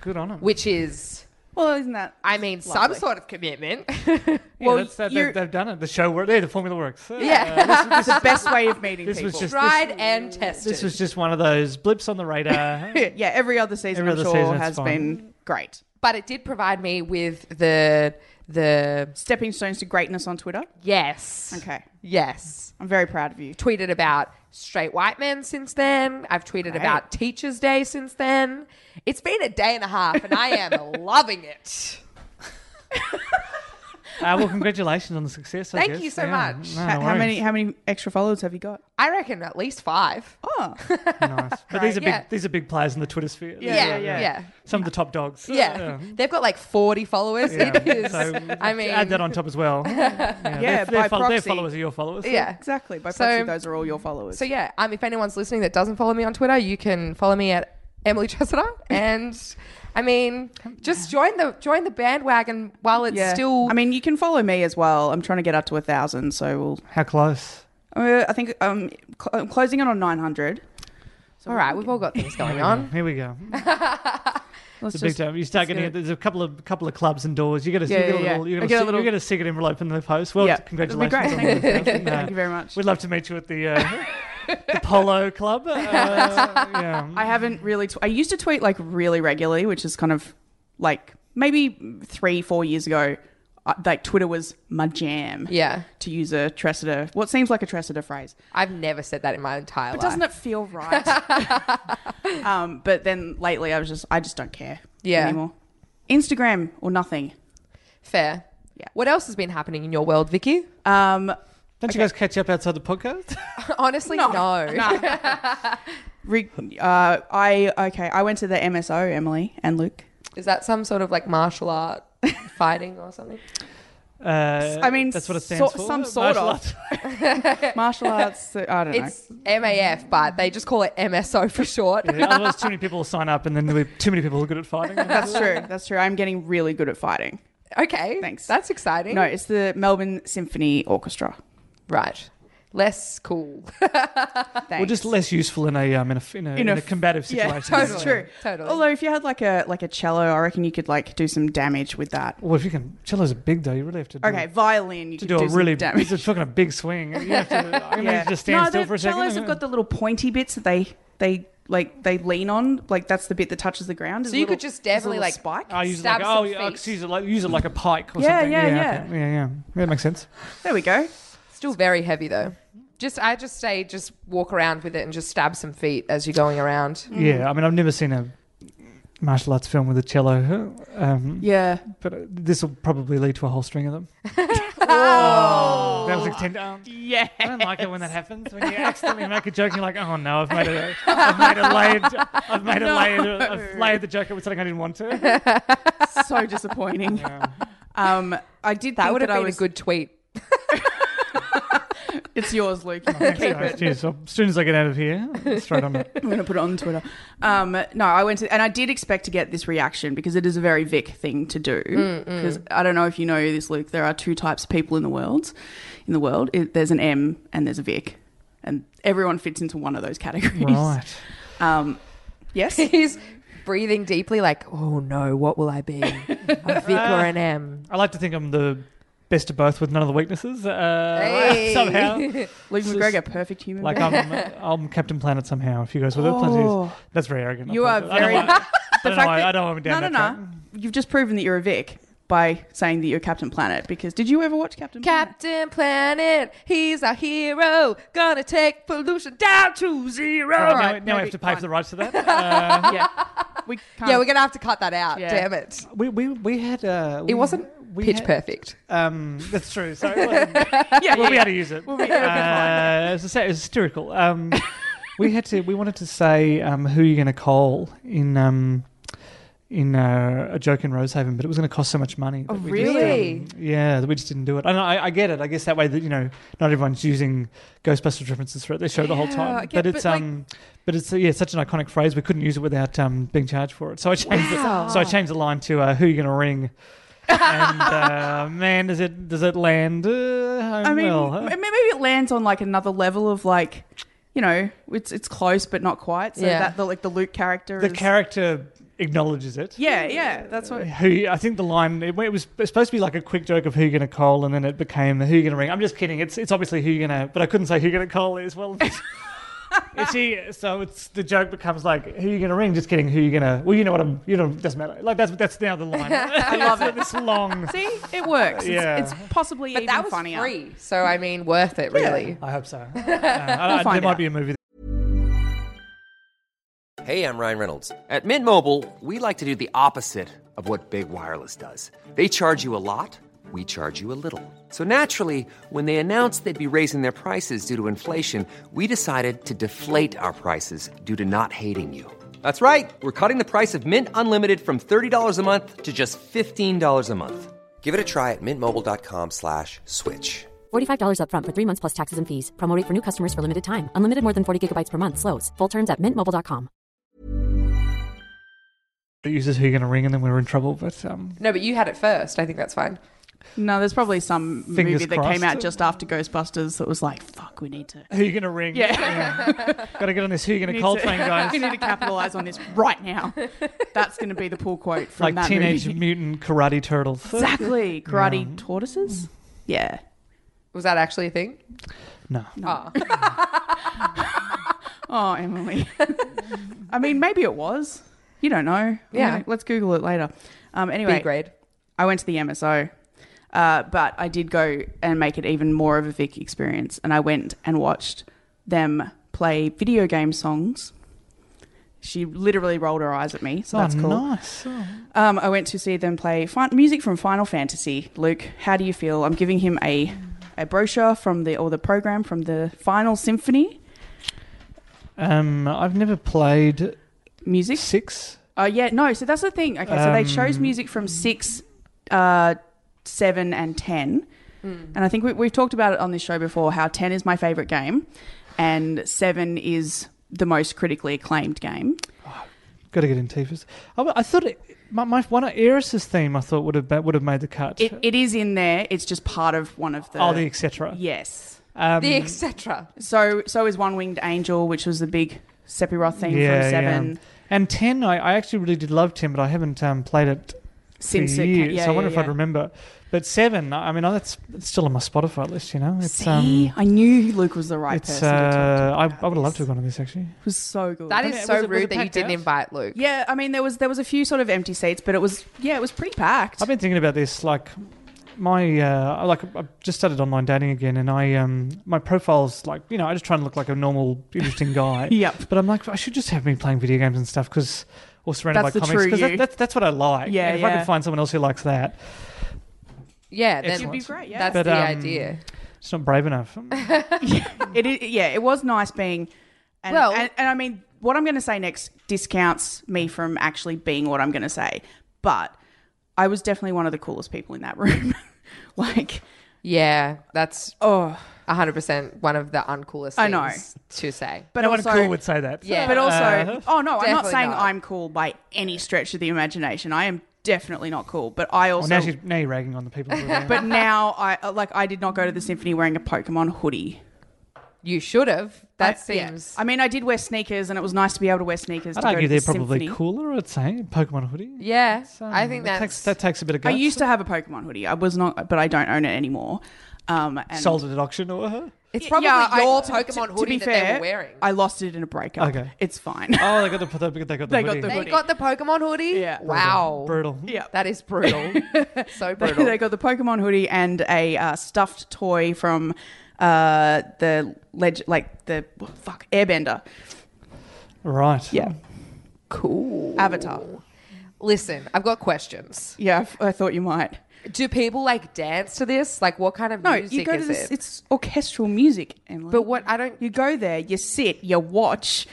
Speaker 5: Good on him.
Speaker 4: which is,
Speaker 3: Well, isn't that?
Speaker 4: I mean, some
Speaker 3: Lovely.
Speaker 4: sort of commitment.
Speaker 5: yeah,
Speaker 3: well,
Speaker 5: that's, that,
Speaker 3: you're-
Speaker 5: they've, they've done it. The show worked. Yeah, the formula works. Uh,
Speaker 4: yeah,
Speaker 3: It's the best way of meeting
Speaker 5: This
Speaker 3: people.
Speaker 5: was just
Speaker 4: tried
Speaker 5: this,
Speaker 4: and tested.
Speaker 5: this was just one of those blips on the radar.
Speaker 3: yeah, every other season
Speaker 5: Every
Speaker 3: I'm
Speaker 5: other
Speaker 3: sure
Speaker 5: season, it's
Speaker 3: has
Speaker 5: fine.
Speaker 3: been great.
Speaker 4: but it did provide me with the the
Speaker 3: Stepping stones to greatness on Twitter.
Speaker 4: yes,
Speaker 3: Okay,
Speaker 4: yes.
Speaker 3: I'm very proud of you.
Speaker 4: tweeted about straight white men since then. I've tweeted about Teachers Day since then. It's been a day and a half, and I am loving it.
Speaker 5: Uh, well, congratulations on the success. I
Speaker 4: Thank
Speaker 5: guess.
Speaker 4: you so
Speaker 5: Yeah.
Speaker 4: much.
Speaker 5: No
Speaker 3: how, how
Speaker 5: worries.
Speaker 3: many how many extra followers have you got?
Speaker 4: I reckon at least five.
Speaker 3: Oh,
Speaker 5: Nice. But these are
Speaker 4: yeah.
Speaker 5: big. These are big players in the Twitter sphere.
Speaker 4: yeah, yeah, yeah.
Speaker 5: Some of the top dogs.
Speaker 4: They've got like 40 followers. It is.
Speaker 5: So,
Speaker 4: I mean,
Speaker 5: add that on top as well. Yeah,
Speaker 3: Yeah,
Speaker 5: their, their
Speaker 3: by
Speaker 5: fol- their
Speaker 3: proxy.
Speaker 5: followers are your followers.
Speaker 4: yeah.
Speaker 3: exactly. By
Speaker 4: So-
Speaker 3: proxy, those are all your followers.
Speaker 4: So, yeah, um, if anyone's listening that doesn't follow me on Twitter, you can follow me at Emily Chesiter. And I mean, just join the join the bandwagon while it's
Speaker 3: yeah.
Speaker 4: still.
Speaker 3: I mean, you can follow me as well. I'm trying to get up to a thousand, so we'll.
Speaker 5: How close?
Speaker 3: Uh, I think um, cl- I'm closing in on 900.
Speaker 4: all right, we've all got things going on.
Speaker 5: Here we go.
Speaker 3: Let's
Speaker 5: It's a big time. You start getting
Speaker 3: gonna-
Speaker 5: it. There's a couple of couple of clubs and doors. You get a,
Speaker 3: Yeah,
Speaker 5: you get a
Speaker 3: yeah, yeah.
Speaker 5: little. You
Speaker 3: I
Speaker 5: get,
Speaker 3: get a
Speaker 5: a,
Speaker 3: little-
Speaker 5: little, you get a secret in envelope in the post. Well,
Speaker 3: Yeah.
Speaker 5: congratulations.
Speaker 3: It'll be great.
Speaker 5: on
Speaker 3: Thank you.
Speaker 5: the thousand. Yeah.
Speaker 3: Thank you very much.
Speaker 5: We'd love to meet you at the uh, the Polo Club. Uh, yeah.
Speaker 3: I haven't really. Tw- I used to tweet like really regularly, which is kind of like maybe three, four years ago. Uh, like Twitter was my jam.
Speaker 4: Yeah.
Speaker 3: To use a Tressida, what seems like a Tressida phrase,
Speaker 4: I've never said that in my entire
Speaker 3: but
Speaker 4: life.
Speaker 3: doesn't it feel right? um, but then lately, I was just, I just don't care.
Speaker 4: Yeah.
Speaker 3: Anymore. Instagram or nothing.
Speaker 4: Fair.
Speaker 3: Yeah.
Speaker 4: What else has been happening in your world, Vicky?
Speaker 3: Um,
Speaker 5: Don't you guys catch up outside the podcast?
Speaker 4: Honestly, no.
Speaker 3: re- uh, I okay. I went to the MSO, Emily and Luke.
Speaker 4: Is that some sort of like martial art fighting or something?
Speaker 5: Uh,
Speaker 3: I mean,
Speaker 5: that's what it
Speaker 3: so-
Speaker 5: stands for.
Speaker 3: some sort
Speaker 5: Martial
Speaker 3: of.
Speaker 5: arts.
Speaker 3: Martial arts. I don't know.
Speaker 4: It's MAF, but they just call it MSO for short.
Speaker 5: Yeah, otherwise, oh, too many people will sign up, and then there'll be too many people who are good at fighting.
Speaker 3: That's true. That's true. I'm getting really good at fighting.
Speaker 4: Okay.
Speaker 3: Thanks.
Speaker 4: That's exciting.
Speaker 3: No, it's the Melbourne Symphony Orchestra.
Speaker 4: Right. Less cool.
Speaker 3: Thanks.
Speaker 5: Or just less useful in a um, in a in a, in a,
Speaker 3: f-
Speaker 5: combative situation.
Speaker 3: Yeah, totally.
Speaker 4: It's
Speaker 3: True.
Speaker 4: true. Totally.
Speaker 3: Although if you had like a like a cello, I reckon you could like do some damage with that.
Speaker 5: Well, if you can, cello's a big though. You really have to. Do
Speaker 3: Okay, violin, you
Speaker 5: Mm. to
Speaker 3: could
Speaker 5: do, a
Speaker 3: some
Speaker 5: really
Speaker 3: damage.
Speaker 5: it's a fucking a big swing. You have to, I'm gonna just stand
Speaker 3: no,
Speaker 5: still
Speaker 3: the
Speaker 5: for a second.
Speaker 3: cellos have got the little pointy bits that they they like they lean on. Like that's the bit that touches the ground. is
Speaker 4: So
Speaker 3: a
Speaker 4: you
Speaker 3: little-
Speaker 4: could just
Speaker 3: there's a
Speaker 4: definitely,
Speaker 3: little
Speaker 4: like,
Speaker 3: spike.
Speaker 5: Oh, use it
Speaker 4: stab
Speaker 5: like
Speaker 4: some
Speaker 5: oh, yeah, I
Speaker 4: feet.
Speaker 5: use it like use it like a pike or
Speaker 3: Yeah,
Speaker 5: something.
Speaker 3: yeah,
Speaker 5: okay. yeah, yeah, yeah. That makes sense.
Speaker 3: There we go.
Speaker 4: Still very heavy though. Just I just say just walk around with it and just stab some feet as you're going around.
Speaker 3: Mm.
Speaker 5: Yeah, I mean, I've never seen a martial arts film with a cello, um,
Speaker 3: Yeah.
Speaker 5: but uh, this will probably lead to a whole string of them. oh, that was extended. Um,
Speaker 3: Yeah.
Speaker 5: I don't like it when that happens. When you accidentally make a joke, you're like, "Oh no, I've made a, I've made a layered, I've made a layered, I've layered the joke with something I didn't want to."
Speaker 3: so disappointing. Um, I did.
Speaker 4: That
Speaker 3: think
Speaker 4: would have
Speaker 3: I
Speaker 4: been
Speaker 3: was-
Speaker 4: a good tweet.
Speaker 3: It's yours, Luke. You can Keep it.
Speaker 5: Jeez, well, as soon as I get out of here, straight on it.
Speaker 3: I'm going to put it on Twitter. Um, no, I went to, and I did expect to get this reaction because it is a very Vic thing to do. Because I don't know if you know this, Luke. There are two types of people in the world. In the world, it, there's an M and there's a Vic, and everyone fits into one of those categories.
Speaker 5: Right.
Speaker 3: Um, yes.
Speaker 4: He's breathing deeply, like, oh no, what will I be? A Vic or an M?
Speaker 5: I like to think I'm the best of both with none of the weaknesses. Uh,
Speaker 4: Hey.
Speaker 5: Somehow.
Speaker 3: Luke
Speaker 5: Just-
Speaker 3: McGregor, perfect human.
Speaker 5: Like
Speaker 3: being.
Speaker 5: I'm, I'm Captain Planet somehow. If you guys with it,
Speaker 3: Oh.
Speaker 5: Planet is- that's very arrogant. I
Speaker 3: You are
Speaker 5: apologize. I don't
Speaker 3: very-
Speaker 5: want- I don't know
Speaker 3: fact
Speaker 5: why-
Speaker 3: that-
Speaker 5: I don't want to
Speaker 3: no,
Speaker 5: down
Speaker 3: no,
Speaker 5: that
Speaker 3: no. You've just proven that you're a Vic by saying that you're Captain Planet. Because did you ever watch Captain Planet?
Speaker 4: Captain Planet, he's our hero. Gonna take pollution down to zero.
Speaker 5: track. All right,
Speaker 3: Alright,
Speaker 5: now, now we
Speaker 3: maybe-
Speaker 5: have to pay
Speaker 3: fine.
Speaker 5: for the rights to that. Uh,
Speaker 3: yeah. We can't.
Speaker 4: Yeah, we're gonna have to cut that out.
Speaker 3: Yeah.
Speaker 4: Damn it!
Speaker 5: we, we, we had. Uh, we,
Speaker 4: It wasn't
Speaker 5: we
Speaker 4: pitch
Speaker 5: had-
Speaker 4: perfect.
Speaker 5: Um, that's true. So it wasn't-
Speaker 3: yeah,
Speaker 5: we'll be
Speaker 3: yeah.
Speaker 5: able to use it. uh, it's, hyster- it's hysterical. Um, we had to. We wanted to say um, who you're going to call in um, in uh, a joke in Rosehaven, but it was going to cost so much money. that
Speaker 4: Oh,
Speaker 5: we just, um,
Speaker 4: really?
Speaker 5: yeah, that we just didn't do it. And I, I get it. I guess that way that you know not everyone's using Ghostbusters references throughout their show the whole
Speaker 4: Yeah,
Speaker 5: time.
Speaker 4: I get-
Speaker 5: but it's
Speaker 4: but, like-
Speaker 5: um, but it's yeah, such an iconic phrase. We couldn't use it without um, being charged for it. So I changed it. So I changed the line to uh, who you going to ring. and uh, man, does it does it land? Uh,
Speaker 3: I mean,
Speaker 5: well,
Speaker 3: m-
Speaker 5: huh?
Speaker 3: maybe it lands on like another level of like, you know, it's it's close but not quite. So
Speaker 4: Yeah.
Speaker 3: that the like the Luke character.
Speaker 5: the
Speaker 3: is,
Speaker 5: character acknowledges it.
Speaker 3: Yeah, yeah, that's what.
Speaker 5: Who I think the line it, it was supposed to be like a quick joke of who you're gonna call, and then it became who you're gonna ring. I'm just kidding. It's it's obviously who you're gonna, but I couldn't say who you're gonna call as well. It's he, so it's the joke becomes like who you gonna ring? Just kidding. Who you gonna? Well, you know what I'm. You know doesn't matter. Like that's that's now the line. I love it. This long.
Speaker 3: See, it works.
Speaker 5: Yeah.
Speaker 3: It's, it's possibly
Speaker 4: But
Speaker 3: even
Speaker 4: that was
Speaker 3: funnier.
Speaker 4: free, so I mean, worth it really.
Speaker 5: I hope so. Uh, I- I-
Speaker 3: We'll find
Speaker 5: there might
Speaker 3: out.
Speaker 5: be a movie.
Speaker 6: Hey, I'm Ryan Reynolds. At Mint Mobile, we like to do the opposite of what Big Wireless does. They charge you a lot, we charge you a little. So naturally, when they announced they'd be raising their prices due to inflation, we decided to deflate our prices due to not hating you. That's right. We're cutting the price of Mint Unlimited from $30 a month to just $15 a month. Give it a try at mintmobile.com slash switch.
Speaker 7: $45 upfront for three months plus taxes and fees. Promo rate for new customers for limited time. Unlimited more than 40 gigabytes per month. Slows. Full terms at mintmobile.com.
Speaker 5: That uses who you're gonna ring, and then we were in trouble. But um,
Speaker 4: No, but you had it first. I think that's fine.
Speaker 3: No, there's probably some
Speaker 5: Fingers
Speaker 3: movie that
Speaker 5: crossed.
Speaker 3: came out just after Ghostbusters that was like, fuck, we need to.
Speaker 5: who you gonna ring?
Speaker 3: Yeah.
Speaker 5: Got to get on this. Who
Speaker 3: we
Speaker 5: you gonna
Speaker 3: need
Speaker 5: call
Speaker 3: to-
Speaker 5: train, guys?
Speaker 3: we need to capitalize on this right now. That's going to be the pull quote from
Speaker 5: like
Speaker 3: that
Speaker 5: teenage
Speaker 3: movie.
Speaker 5: mutant karate turtles. Mm.
Speaker 3: Exactly. Karate tortoises? Yeah.
Speaker 4: Was that actually a thing?
Speaker 5: No.
Speaker 4: No.
Speaker 3: Oh, Emily. I mean, maybe it was. You don't know.
Speaker 4: Yeah.
Speaker 3: You know, let's Google it later. Um, anyway,
Speaker 4: B grade.
Speaker 3: I went to the MSO, uh, but I did go and make it even more of a Vic experience. And I went and watched them play video game songs. She literally rolled her eyes at me, so that's
Speaker 5: oh,
Speaker 3: cool.
Speaker 5: nice.
Speaker 3: Um, I went to see them play fin- music from Final Fantasy. Luke, how do you feel? I'm giving him a a brochure from the or the program from the Final Symphony
Speaker 5: Um, I've never played
Speaker 3: music.
Speaker 5: six.
Speaker 3: Oh yeah, no. So that's the thing. Okay, so they chose
Speaker 5: Um,
Speaker 3: music from six, uh, seven, and ten, and I think we, we've talked about it on this show before. How ten is my favorite game, and seven is the most critically acclaimed game.
Speaker 5: Got to get in Tifa's. I, I thought it, my, my one of Eris's theme I thought would have been- would have made the cut.
Speaker 3: It, it is in there. It's just part of one of the.
Speaker 5: oh, the etc.
Speaker 3: yes.
Speaker 5: Um,
Speaker 4: The etc.
Speaker 3: So so is One Winged Angel, which was the big Sephiroth theme from seven.
Speaker 5: And ten, I, I actually really did love ten, but I haven't um, played it
Speaker 3: Since
Speaker 5: for
Speaker 3: it
Speaker 5: years.
Speaker 3: came, yeah,
Speaker 5: so I wonder
Speaker 3: yeah,
Speaker 5: if I'd
Speaker 3: yeah.
Speaker 5: remember. But seven, I I mean, oh, that's it's still on my Spotify list. You know, it's
Speaker 3: See,
Speaker 5: um,
Speaker 3: I knew Luke was the right
Speaker 5: it's
Speaker 3: person. to
Speaker 5: uh, I,
Speaker 3: talk to about
Speaker 5: I would have loved to
Speaker 3: this.
Speaker 5: have gone on this actually.
Speaker 3: It was so good.
Speaker 4: That
Speaker 5: And
Speaker 4: is
Speaker 5: it-
Speaker 4: so
Speaker 5: was it- was
Speaker 4: rude
Speaker 5: it
Speaker 4: that you
Speaker 5: packed
Speaker 4: didn't
Speaker 5: out?
Speaker 4: invite Luke.
Speaker 3: Yeah, I mean there was there was a few sort of empty seats, but it was yeah, it was pretty packed.
Speaker 5: I've been thinking about this. Like my uh, like I just started online dating again, and I um my profile's like you know I just try and look like a normal interesting guy.
Speaker 3: Yep.
Speaker 5: But I'm like I should just have me playing video games and stuff because or surrounded
Speaker 3: That's
Speaker 5: by
Speaker 3: the
Speaker 5: comics
Speaker 3: true
Speaker 5: because
Speaker 3: you.
Speaker 5: that, that's that's what I like.
Speaker 3: Yeah,
Speaker 5: And if I
Speaker 3: yeah.
Speaker 5: can find someone else who likes that,
Speaker 4: Yeah, then
Speaker 5: Excellent.
Speaker 3: It'd be great, yeah.
Speaker 4: That's
Speaker 5: But,
Speaker 4: the
Speaker 5: um,
Speaker 4: idea.
Speaker 5: it's not brave enough.
Speaker 3: It i- yeah, it was nice being. And,
Speaker 4: Well-
Speaker 3: and, and I mean, what I'm going to say next discounts me from actually being what I'm going to say, but I was definitely one of the coolest people in that room. like,
Speaker 4: Yeah, that's
Speaker 3: Oh,
Speaker 4: 100% one of the uncoolest things
Speaker 3: I know.
Speaker 4: to say.
Speaker 3: but
Speaker 5: no
Speaker 3: also,
Speaker 5: one cool would say that.
Speaker 4: Yeah.
Speaker 3: But also,
Speaker 5: Uh,
Speaker 3: oh no, I'm not
Speaker 4: Definitely
Speaker 3: saying
Speaker 4: not.
Speaker 3: I'm cool by any stretch of the imagination. I am definitely not cool. But I
Speaker 5: Well,
Speaker 3: also,
Speaker 5: now, she's, now you're ragging on the people. who are
Speaker 3: but now I like I did not go to the symphony wearing a Pokemon hoodie.
Speaker 4: You should have. That
Speaker 3: I- yeah.
Speaker 4: seems.
Speaker 3: I mean, I did wear sneakers, and it was nice to be able to wear sneakers.
Speaker 5: I'd
Speaker 3: to go
Speaker 5: argue
Speaker 3: to
Speaker 5: they're
Speaker 3: the
Speaker 5: probably
Speaker 3: symphony.
Speaker 5: cooler. I'd say Pokemon hoodie.
Speaker 4: Yeah,
Speaker 5: Um,
Speaker 4: I think
Speaker 5: that
Speaker 4: that's.
Speaker 5: takes, that takes a bit of
Speaker 3: I
Speaker 5: guts.
Speaker 3: used to have a Pokemon hoodie. I was not, but I don't own it anymore. Um, and
Speaker 5: sold it at auction or her.
Speaker 4: it's probably
Speaker 3: I-
Speaker 4: your
Speaker 3: to-
Speaker 4: Pokemon
Speaker 3: to- to be
Speaker 4: hoodie that
Speaker 3: fair,
Speaker 4: they were wearing.
Speaker 3: I lost it in a breakup.
Speaker 5: Okay.
Speaker 3: It's fine.
Speaker 5: Oh, they got the they got the,
Speaker 3: They got
Speaker 5: hoodie.
Speaker 3: the-
Speaker 4: they got the Pokemon hoodie?
Speaker 3: Yeah.
Speaker 4: Wow.
Speaker 5: brutal.
Speaker 3: yeah.
Speaker 4: That is brutal. so
Speaker 3: They,
Speaker 4: brutal.
Speaker 3: they got the Pokemon hoodie and a uh, stuffed toy from uh, the leg, like the oh, fuck Airbender. Hmm.
Speaker 5: Right.
Speaker 3: Yeah,
Speaker 4: cool.
Speaker 3: Avatar.
Speaker 4: Listen, I've got questions.
Speaker 3: Yeah, I f- I thought you might.
Speaker 4: Do people like dance to this? Like, what kind of
Speaker 3: No,
Speaker 4: music
Speaker 3: you go to
Speaker 4: is
Speaker 3: this.
Speaker 4: it?
Speaker 3: It's orchestral music, Emily.
Speaker 4: But what I don't.
Speaker 3: you go there, you sit, you watch,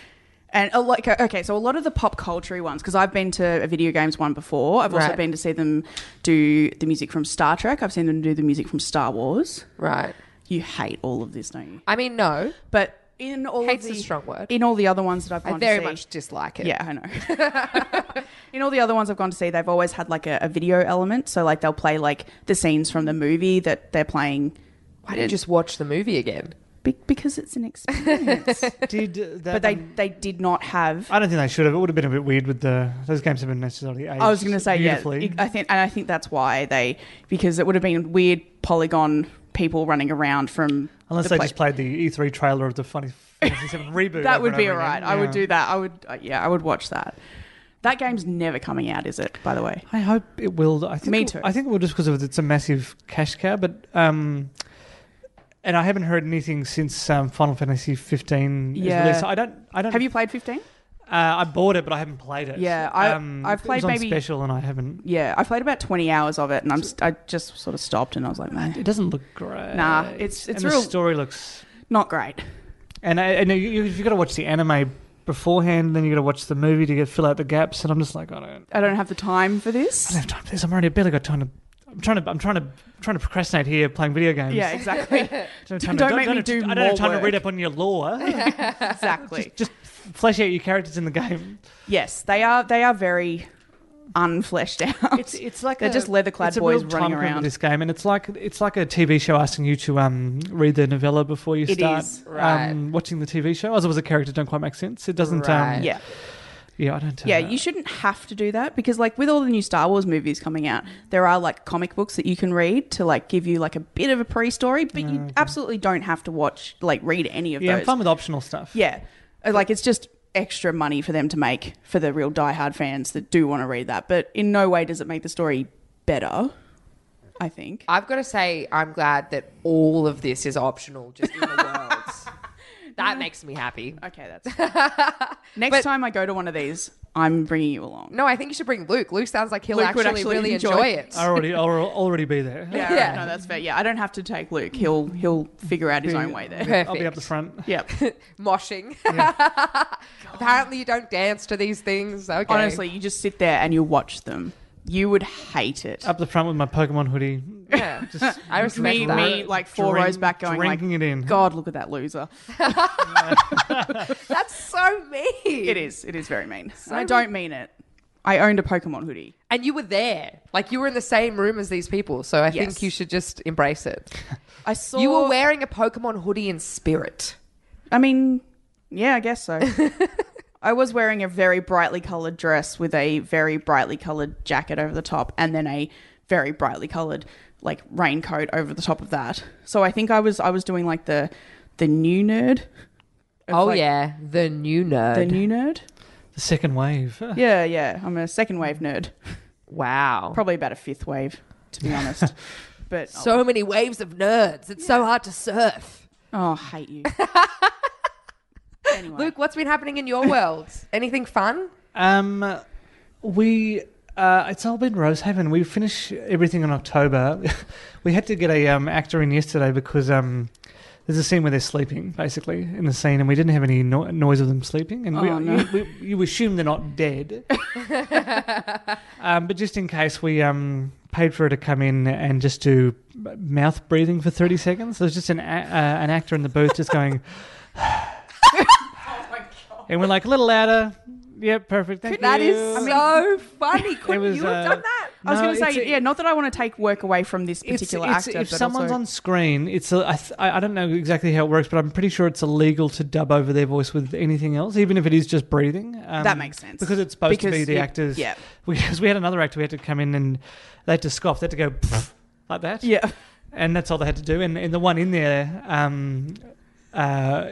Speaker 3: and uh, like okay, so a lot of the pop culture ones because I've been to a video games one before. I've also
Speaker 4: Right.
Speaker 3: been to see them do the music from Star Trek. I've seen them do the music from Star Wars.
Speaker 4: Right.
Speaker 3: You hate all of this, don't you?
Speaker 4: I mean, no.
Speaker 3: But in all
Speaker 4: Hate's
Speaker 3: of
Speaker 4: a
Speaker 3: the
Speaker 4: strong word.
Speaker 3: in all the other ones that I've gone
Speaker 4: I very
Speaker 3: to see,
Speaker 4: much dislike it.
Speaker 3: yeah, I know. in all the other ones I've gone to see, they've always had like a, a video element. So like they'll play like the scenes from the movie that they're playing.
Speaker 4: Why didn't you just watch the movie again?
Speaker 3: Be- because it's an experience.
Speaker 5: Did uh, that,
Speaker 3: but they they did not have.
Speaker 5: I don't think they should have. It would have been a bit weird with the those games have been necessarily aged.
Speaker 3: I was going to say yeah.
Speaker 5: beautifully.
Speaker 3: I think and I think that's why they because it would have been weird polygon people running around from
Speaker 5: Unless
Speaker 3: the
Speaker 5: they
Speaker 3: pla-
Speaker 5: just played the E3 trailer of the Funny Fantasy 7 reboot.
Speaker 3: That
Speaker 5: over
Speaker 3: would
Speaker 5: and
Speaker 3: be
Speaker 5: over
Speaker 3: alright.
Speaker 5: again.
Speaker 3: I would
Speaker 5: Yeah.
Speaker 3: do that. I would uh, yeah. I would watch that. That game's never coming out, is it? By the way,
Speaker 5: I hope it will. I think
Speaker 3: Me
Speaker 5: it-
Speaker 3: too.
Speaker 5: I think it will just because of it's a massive cash cow. But um, and I haven't heard anything since um, Final Fantasy 15
Speaker 3: Yeah.
Speaker 5: is released. So I don't. I don't.
Speaker 3: have you played fifteen?
Speaker 5: Uh, I bought it, but I haven't played it. Um,
Speaker 3: Yeah, I- I've
Speaker 5: it was
Speaker 3: played
Speaker 5: on
Speaker 3: maybe-
Speaker 5: special, and I haven't.
Speaker 3: Yeah, I played about twenty hours of it, and I'm st- I just sort of stopped, and I was like, man,
Speaker 5: It doesn't look great.
Speaker 3: Nah, it's- it's
Speaker 5: and
Speaker 3: real-
Speaker 5: the story looks.
Speaker 3: not great.
Speaker 5: And I, and you, you, you've got to watch the anime beforehand, then you got to watch the movie to get fill out the gaps. And I'm just like, I don't.
Speaker 3: I don't have the time for
Speaker 5: I don't
Speaker 3: this.
Speaker 5: have time for this. I'm already barely got time to. I'm trying to. I'm trying to. I'm trying to procrastinate here playing video games.
Speaker 3: Yeah, exactly,
Speaker 5: Don't,
Speaker 3: Don't make me do
Speaker 5: I don't have
Speaker 3: more
Speaker 5: time to read
Speaker 3: work.
Speaker 5: up on your lore.
Speaker 3: exactly.
Speaker 5: Just flesh out your characters in the game.
Speaker 3: Yes, they are. They are very unfleshed out.
Speaker 5: like
Speaker 3: They're just leather-clad
Speaker 5: it's a
Speaker 3: boys
Speaker 5: real
Speaker 3: running
Speaker 5: time commitment,
Speaker 3: around.
Speaker 5: This game, and it's like it's like a TV show asking you to um, read the novella before you
Speaker 3: It
Speaker 5: start
Speaker 3: is.
Speaker 4: Right.
Speaker 5: um, watching the TV show. Otherwise, the characters don't quite make sense. It doesn't.
Speaker 4: Right.
Speaker 5: Um,
Speaker 3: yeah,
Speaker 5: yeah, I don't. Uh,
Speaker 3: yeah. You shouldn't have to do that because, like, with all the new Star Wars movies coming out, there are like comic books that you can read to like give you like a bit of a pre-story, but you absolutely don't have to watch like read any of
Speaker 5: Mm. Yeah,
Speaker 3: those.
Speaker 5: I'm fine with optional stuff.
Speaker 3: Yeah. Uh, Like it's just extra money for them to make for the real diehard fans that do want to read that. But in no way does it make the story better, I think.
Speaker 4: I've got to say, I'm glad that all of this is optional just in the world. That makes me happy.
Speaker 3: Okay, that's. Next time I go to one of these, I'm bringing you along.
Speaker 4: No, I think you should bring Luke. Luke sounds like he'll
Speaker 3: Luke would
Speaker 4: actually,
Speaker 3: actually
Speaker 4: really
Speaker 3: enjoy
Speaker 4: enjoy,
Speaker 3: it.
Speaker 4: it.
Speaker 5: I already, I'll already be there.
Speaker 3: Yeah,
Speaker 4: Yeah.
Speaker 3: No, that's fair. Yeah, I don't have to take Luke. He'll he'll figure out his own way there.
Speaker 4: Perfect.
Speaker 5: I'll be up the front.
Speaker 3: Yep.
Speaker 4: Moshing. Apparently, you don't dance to these things. Okay.
Speaker 3: Honestly, you just sit there and you watch them. You would hate it.
Speaker 5: Up the front with my Pokemon hoodie.
Speaker 4: Yeah.
Speaker 5: Just
Speaker 4: I respect
Speaker 3: me,
Speaker 4: that.
Speaker 3: me, like four
Speaker 5: Drink-
Speaker 3: rows back, going like,
Speaker 5: drinking it in.
Speaker 3: God, look at that loser.
Speaker 4: That's so mean.
Speaker 3: It is. It is very mean. I don't mean it. I owned a Pokemon hoodie.
Speaker 4: And you were there. Like, you were in the same room as these people. So I
Speaker 3: Yes.
Speaker 4: think you should just embrace it.
Speaker 3: I saw
Speaker 4: You were wearing a Pokemon hoodie in spirit.
Speaker 3: I mean, yeah, I guess so. I was wearing a very brightly colored dress with a very brightly colored jacket over the top and then a very brightly colored like raincoat over the top of that. So I think I was I was doing like the the new nerd. of,
Speaker 4: Oh,
Speaker 3: like,
Speaker 4: yeah. The new nerd.
Speaker 3: The new nerd?
Speaker 5: the second wave.
Speaker 3: Yeah, yeah. I'm a second wave nerd.
Speaker 4: wow.
Speaker 3: Probably about a fifth wave, to be honest. But
Speaker 4: so many waves of nerds. It's so hard to surf.
Speaker 3: oh, I hate you. anyway.
Speaker 4: Luke, what's been happening in your world? Anything fun?
Speaker 5: Um, we uh, it's all been Rosehaven. We finish everything in October. we had to get a um, actor in yesterday because um, there's a scene where they're sleeping basically in the scene, and we didn't have any no- noise of them sleeping, and we,
Speaker 3: Oh, no.
Speaker 5: you, we, you assume they're not dead. um, but just in case, we um, paid for her to come in and just do m- mouth breathing for 30 seconds. There's just an, a- uh, an actor in the booth just going,
Speaker 3: Oh
Speaker 5: and we're like, a little louder. Yep, perfect. Thank
Speaker 4: That
Speaker 5: you.
Speaker 4: is so funny. Couldn't
Speaker 5: was,
Speaker 4: you have
Speaker 5: uh,
Speaker 4: done that?
Speaker 3: I was
Speaker 5: No,
Speaker 3: going to say,
Speaker 5: it's-
Speaker 3: yeah, not that I want to take work away from this
Speaker 5: It's-
Speaker 3: particular
Speaker 5: it's-
Speaker 3: actor,
Speaker 5: If
Speaker 3: but
Speaker 5: someone's
Speaker 3: also,
Speaker 5: on screen, it's a, I, th- I I don't know exactly how it works, but I'm pretty sure it's illegal to dub over their voice with anything else, even if it is just breathing. Um,
Speaker 3: That makes sense.
Speaker 5: because it's supposed to
Speaker 3: Because
Speaker 5: be the
Speaker 3: you-
Speaker 5: actors.
Speaker 3: yeah.
Speaker 5: Because we had another actor, we had to come in and they had to scoff, they had to go like that.
Speaker 3: yeah,
Speaker 5: and that's all they had to do. And, and the one in there um, uh,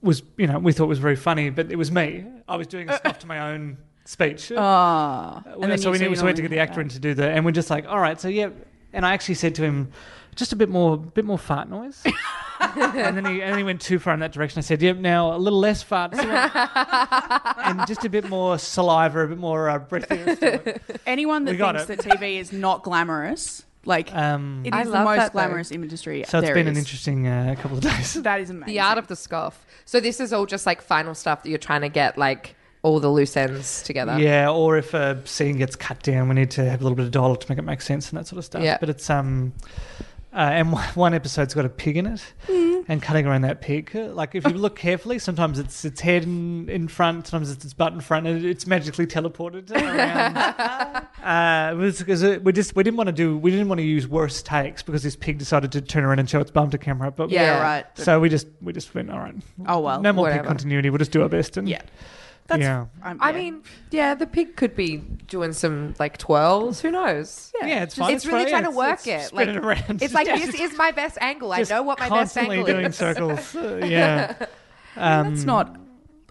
Speaker 5: was, you know, we thought was very funny, but it was me. I was doing a stuff to my own speech. Well,
Speaker 3: Ah, and then
Speaker 5: so
Speaker 3: you-
Speaker 5: we
Speaker 3: so
Speaker 5: knew
Speaker 3: you
Speaker 5: so we had
Speaker 3: normally-
Speaker 5: to get the actor in to do that, and we're just like, all right, so yeah. And I actually said to him, just a bit more, bit more fart noise. and then he and he went too far in that direction. I said, yep, now a little less fart, and just a bit more saliva, a bit more uh, breath. in your stomach.
Speaker 3: anyone that
Speaker 5: We got
Speaker 3: thinks
Speaker 5: it.
Speaker 3: that TV is not glamorous, like
Speaker 5: Um,
Speaker 3: it
Speaker 4: I
Speaker 3: is the
Speaker 4: love
Speaker 3: most
Speaker 4: that, though.
Speaker 3: glamorous industry.
Speaker 5: so it's
Speaker 3: there
Speaker 5: been an
Speaker 3: is.
Speaker 5: interesting uh, couple of days.
Speaker 3: That is amazing.
Speaker 4: The art of the scoff. So this is all just like final stuff that you're trying to get like all the loose ends together.
Speaker 5: Yeah, or if a scene gets cut down, we need to have a little bit of dialogue to make it make sense and that sort of stuff.
Speaker 4: Yeah.
Speaker 5: But it's um, uh, and one- one episode's got a pig in it,
Speaker 3: Mm.
Speaker 5: and cutting around that pig. uh, Like if you look carefully, sometimes it's its head in, in front, sometimes it's its butt in front, and it's magically teleported around. uh, it was- 'cause it- we just we didn't want to do we didn't want to use worse takes because this pig decided to turn around and show its bum to camera. But
Speaker 3: yeah,
Speaker 4: Yeah.
Speaker 3: right.
Speaker 5: So we just we just went all right.
Speaker 3: oh well,
Speaker 5: no more
Speaker 4: whatever.
Speaker 5: pig continuity. We'll just do our best. And
Speaker 3: Yeah. That's,
Speaker 5: yeah.
Speaker 3: I'm-
Speaker 4: I
Speaker 3: yeah.
Speaker 4: mean, yeah, the pig could be doing some like twirls. Who knows?
Speaker 5: Yeah, it's
Speaker 4: just-
Speaker 5: fine.
Speaker 4: it's really
Speaker 5: fine.
Speaker 4: trying to
Speaker 5: It's-
Speaker 4: work
Speaker 5: it's
Speaker 4: it,
Speaker 5: spread
Speaker 4: like,
Speaker 5: around.
Speaker 4: It's like
Speaker 5: Just-
Speaker 4: this is my best angle. I
Speaker 5: just
Speaker 4: know what my best
Speaker 5: constantly
Speaker 4: angle
Speaker 5: doing
Speaker 4: is.
Speaker 5: circles. Uh, yeah, um,
Speaker 3: it's not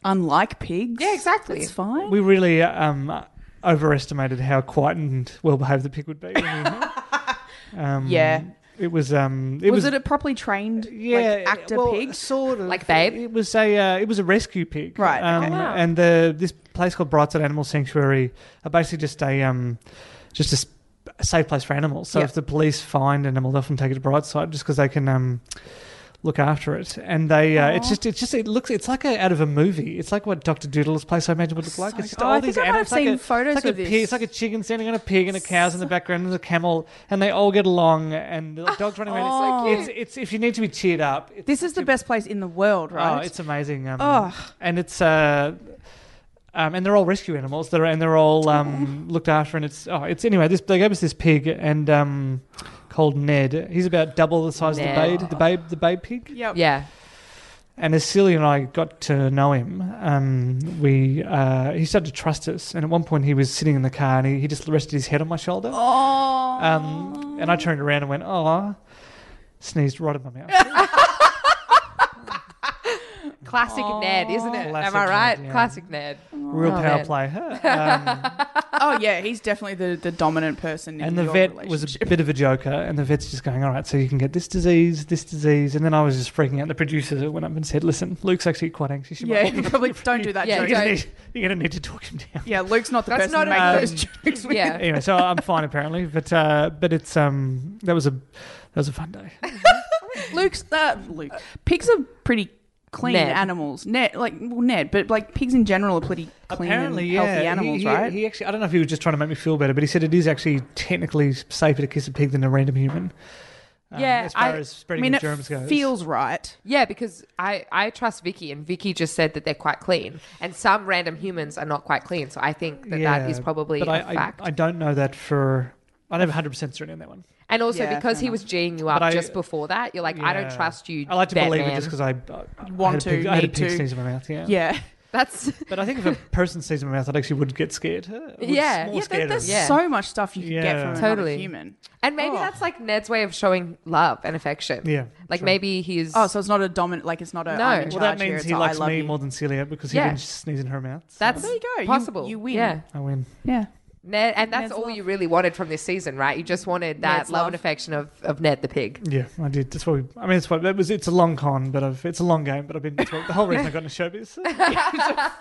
Speaker 3: unlike pigs.
Speaker 4: Yeah, exactly.
Speaker 3: It's fine.
Speaker 5: We really um, overestimated how quiet and well behaved the pig would be. when we- um,
Speaker 3: Yeah.
Speaker 5: it was. Um, it
Speaker 3: was,
Speaker 5: was,
Speaker 3: it a properly trained
Speaker 5: yeah,
Speaker 3: like, actor
Speaker 5: well,
Speaker 3: pig?
Speaker 5: sort of
Speaker 4: Like Babe?
Speaker 5: It was a uh, it was a rescue pig,
Speaker 3: Right,
Speaker 5: Um,
Speaker 3: okay.
Speaker 4: Wow.
Speaker 5: And the this place called Brightside Animal Sanctuary are basically just a um, just a s- a safe place for animals. So
Speaker 3: Yeah.
Speaker 5: if the police find an animal, they often take it to Brightside just because they can um, look after it. And they uh, it's just it's just it looks it's like a, out of a movie. It's like what Doctor Doodle's place I imagine would look like. It's just
Speaker 3: Oh,
Speaker 5: all
Speaker 3: I
Speaker 5: these
Speaker 3: think I might
Speaker 5: animals.
Speaker 3: have seen
Speaker 5: it's like a,
Speaker 3: photos
Speaker 5: it's like
Speaker 3: of
Speaker 5: a
Speaker 3: this.
Speaker 5: pig, it's like a chicken standing on a pig and a cow's in the background and there's a camel and they all get along and the dogs running around.
Speaker 3: Oh.
Speaker 5: It's, it's it's if you need to be cheered up. It's
Speaker 3: This is the best place in the world,
Speaker 5: Oh,
Speaker 3: right?
Speaker 5: it's amazing. Um,
Speaker 3: Ugh.
Speaker 5: And it's uh, um, and they're all rescue animals. They're and they're all um, looked after. And it's oh, it's anyway. This they gave us this pig and um, called Ned. He's about double the size
Speaker 4: Ned.
Speaker 5: of the babe, the babe, the babe pig.
Speaker 3: yep.
Speaker 4: Yeah.
Speaker 5: And as Celia and I got to know him, um, we uh, he started to trust us. And at one point, he was sitting in the car and he, he just rested his head on my shoulder.
Speaker 3: Oh,
Speaker 5: Um, and I turned around and went, oh, sneezed right in my mouth.
Speaker 4: Classic Ned, isn't it?
Speaker 5: Classic
Speaker 4: Am I
Speaker 5: Ned,
Speaker 4: right?
Speaker 5: yeah.
Speaker 4: Classic Ned.
Speaker 5: Real
Speaker 4: Oh,
Speaker 5: power
Speaker 4: man.
Speaker 5: play. Um,
Speaker 3: oh yeah, he's definitely the, the dominant person. In
Speaker 5: and the
Speaker 3: your
Speaker 5: vet was a
Speaker 3: relationship.
Speaker 5: bit of a joker, and the vet's just going, "All right, so you can get this disease, this disease," and then I was just freaking out. The producers went up and said, "Listen, Luke's actually quite anxious. You
Speaker 3: yeah,
Speaker 5: might-
Speaker 3: you probably don't do that.
Speaker 4: Yeah,
Speaker 3: Joe.
Speaker 5: you're, gonna
Speaker 4: don't.
Speaker 5: need, you're gonna need to talk him down."
Speaker 3: yeah. Luke's not the
Speaker 4: That's
Speaker 3: best
Speaker 4: not
Speaker 3: to make
Speaker 5: an-
Speaker 3: those
Speaker 5: um,
Speaker 3: jokes. With.
Speaker 4: Yeah.
Speaker 5: Anyway, so I'm fine apparently, but uh, but it's um that was a that was a fun day.
Speaker 3: Luke's uh, Luke. Pigs are pretty clean
Speaker 4: Ned.
Speaker 3: animals. Ned, like well, Ned, but like pigs in general are pretty clean
Speaker 5: apparently,
Speaker 3: and
Speaker 5: yeah,
Speaker 3: healthy animals,
Speaker 5: he, he-
Speaker 3: right?
Speaker 5: He actually, I don't know if he was just trying to make me feel better, but he said it is actually technically safer to kiss a pig than a random human. Um,
Speaker 4: Yeah,
Speaker 5: as far
Speaker 4: I-
Speaker 5: as
Speaker 3: I
Speaker 5: spreading
Speaker 3: mean,
Speaker 5: the
Speaker 3: it
Speaker 5: germs goes,
Speaker 3: feels right.
Speaker 4: Yeah, because I, I trust Vicky, and Vicky just said that they're quite clean, and some random humans are not quite clean. So I think that that is probably a
Speaker 5: but I- I-
Speaker 4: fact.
Speaker 5: I don't know that for. I never 100% certain on that one.
Speaker 4: and also
Speaker 3: Yeah,
Speaker 4: because
Speaker 3: fair
Speaker 4: he
Speaker 3: enough.
Speaker 4: was geeing you up
Speaker 5: But I-
Speaker 4: just before that, you're like, I don't
Speaker 5: Yeah.
Speaker 4: trust you.
Speaker 5: I like to believe it
Speaker 4: Batman."
Speaker 5: just because I, I
Speaker 3: Want
Speaker 5: had a pig,
Speaker 3: to,
Speaker 5: I had a
Speaker 3: need
Speaker 5: pig
Speaker 3: to.
Speaker 5: sneeze in my mouth. Yeah.
Speaker 3: Yeah,
Speaker 4: That's
Speaker 5: But I think if a person sneezes in my mouth, I actually would get scared. I would
Speaker 4: Yeah.
Speaker 3: yeah.
Speaker 5: s- more
Speaker 3: there-
Speaker 5: scared of
Speaker 3: there's
Speaker 5: it.
Speaker 4: Yeah.
Speaker 3: so much stuff you can get
Speaker 5: Yeah.
Speaker 3: from
Speaker 4: Totally.
Speaker 3: another human.
Speaker 4: and maybe
Speaker 3: Oh.
Speaker 4: that's like Ned's way of showing love and affection.
Speaker 5: Yeah,
Speaker 4: like
Speaker 5: true.
Speaker 4: maybe he's
Speaker 3: Oh, so it's not a dominant. Like it's not a.
Speaker 4: No.
Speaker 3: I'm in
Speaker 5: Well, that
Speaker 3: charge here,
Speaker 5: means
Speaker 3: it's
Speaker 5: he
Speaker 3: a, I
Speaker 5: likes
Speaker 3: love
Speaker 5: me
Speaker 3: you.
Speaker 5: more than Celia because
Speaker 4: Yeah.
Speaker 5: he didn't sneeze in her mouth. so
Speaker 4: that's
Speaker 3: There you go. You-
Speaker 4: possible.
Speaker 3: you win.
Speaker 4: Yeah.
Speaker 5: I win.
Speaker 3: Yeah.
Speaker 4: Ned, and that's
Speaker 3: Ned's
Speaker 4: all
Speaker 3: love.
Speaker 4: you really wanted from this season, right? You just wanted that
Speaker 3: Ned's
Speaker 4: love,
Speaker 3: love.
Speaker 4: and affection of, of Ned the pig.
Speaker 5: Yeah, I did. That's what we. I mean, it's what that was. It's a long con, but I've, it's a long game. But I've been. It's what, the whole reason I got into showbiz.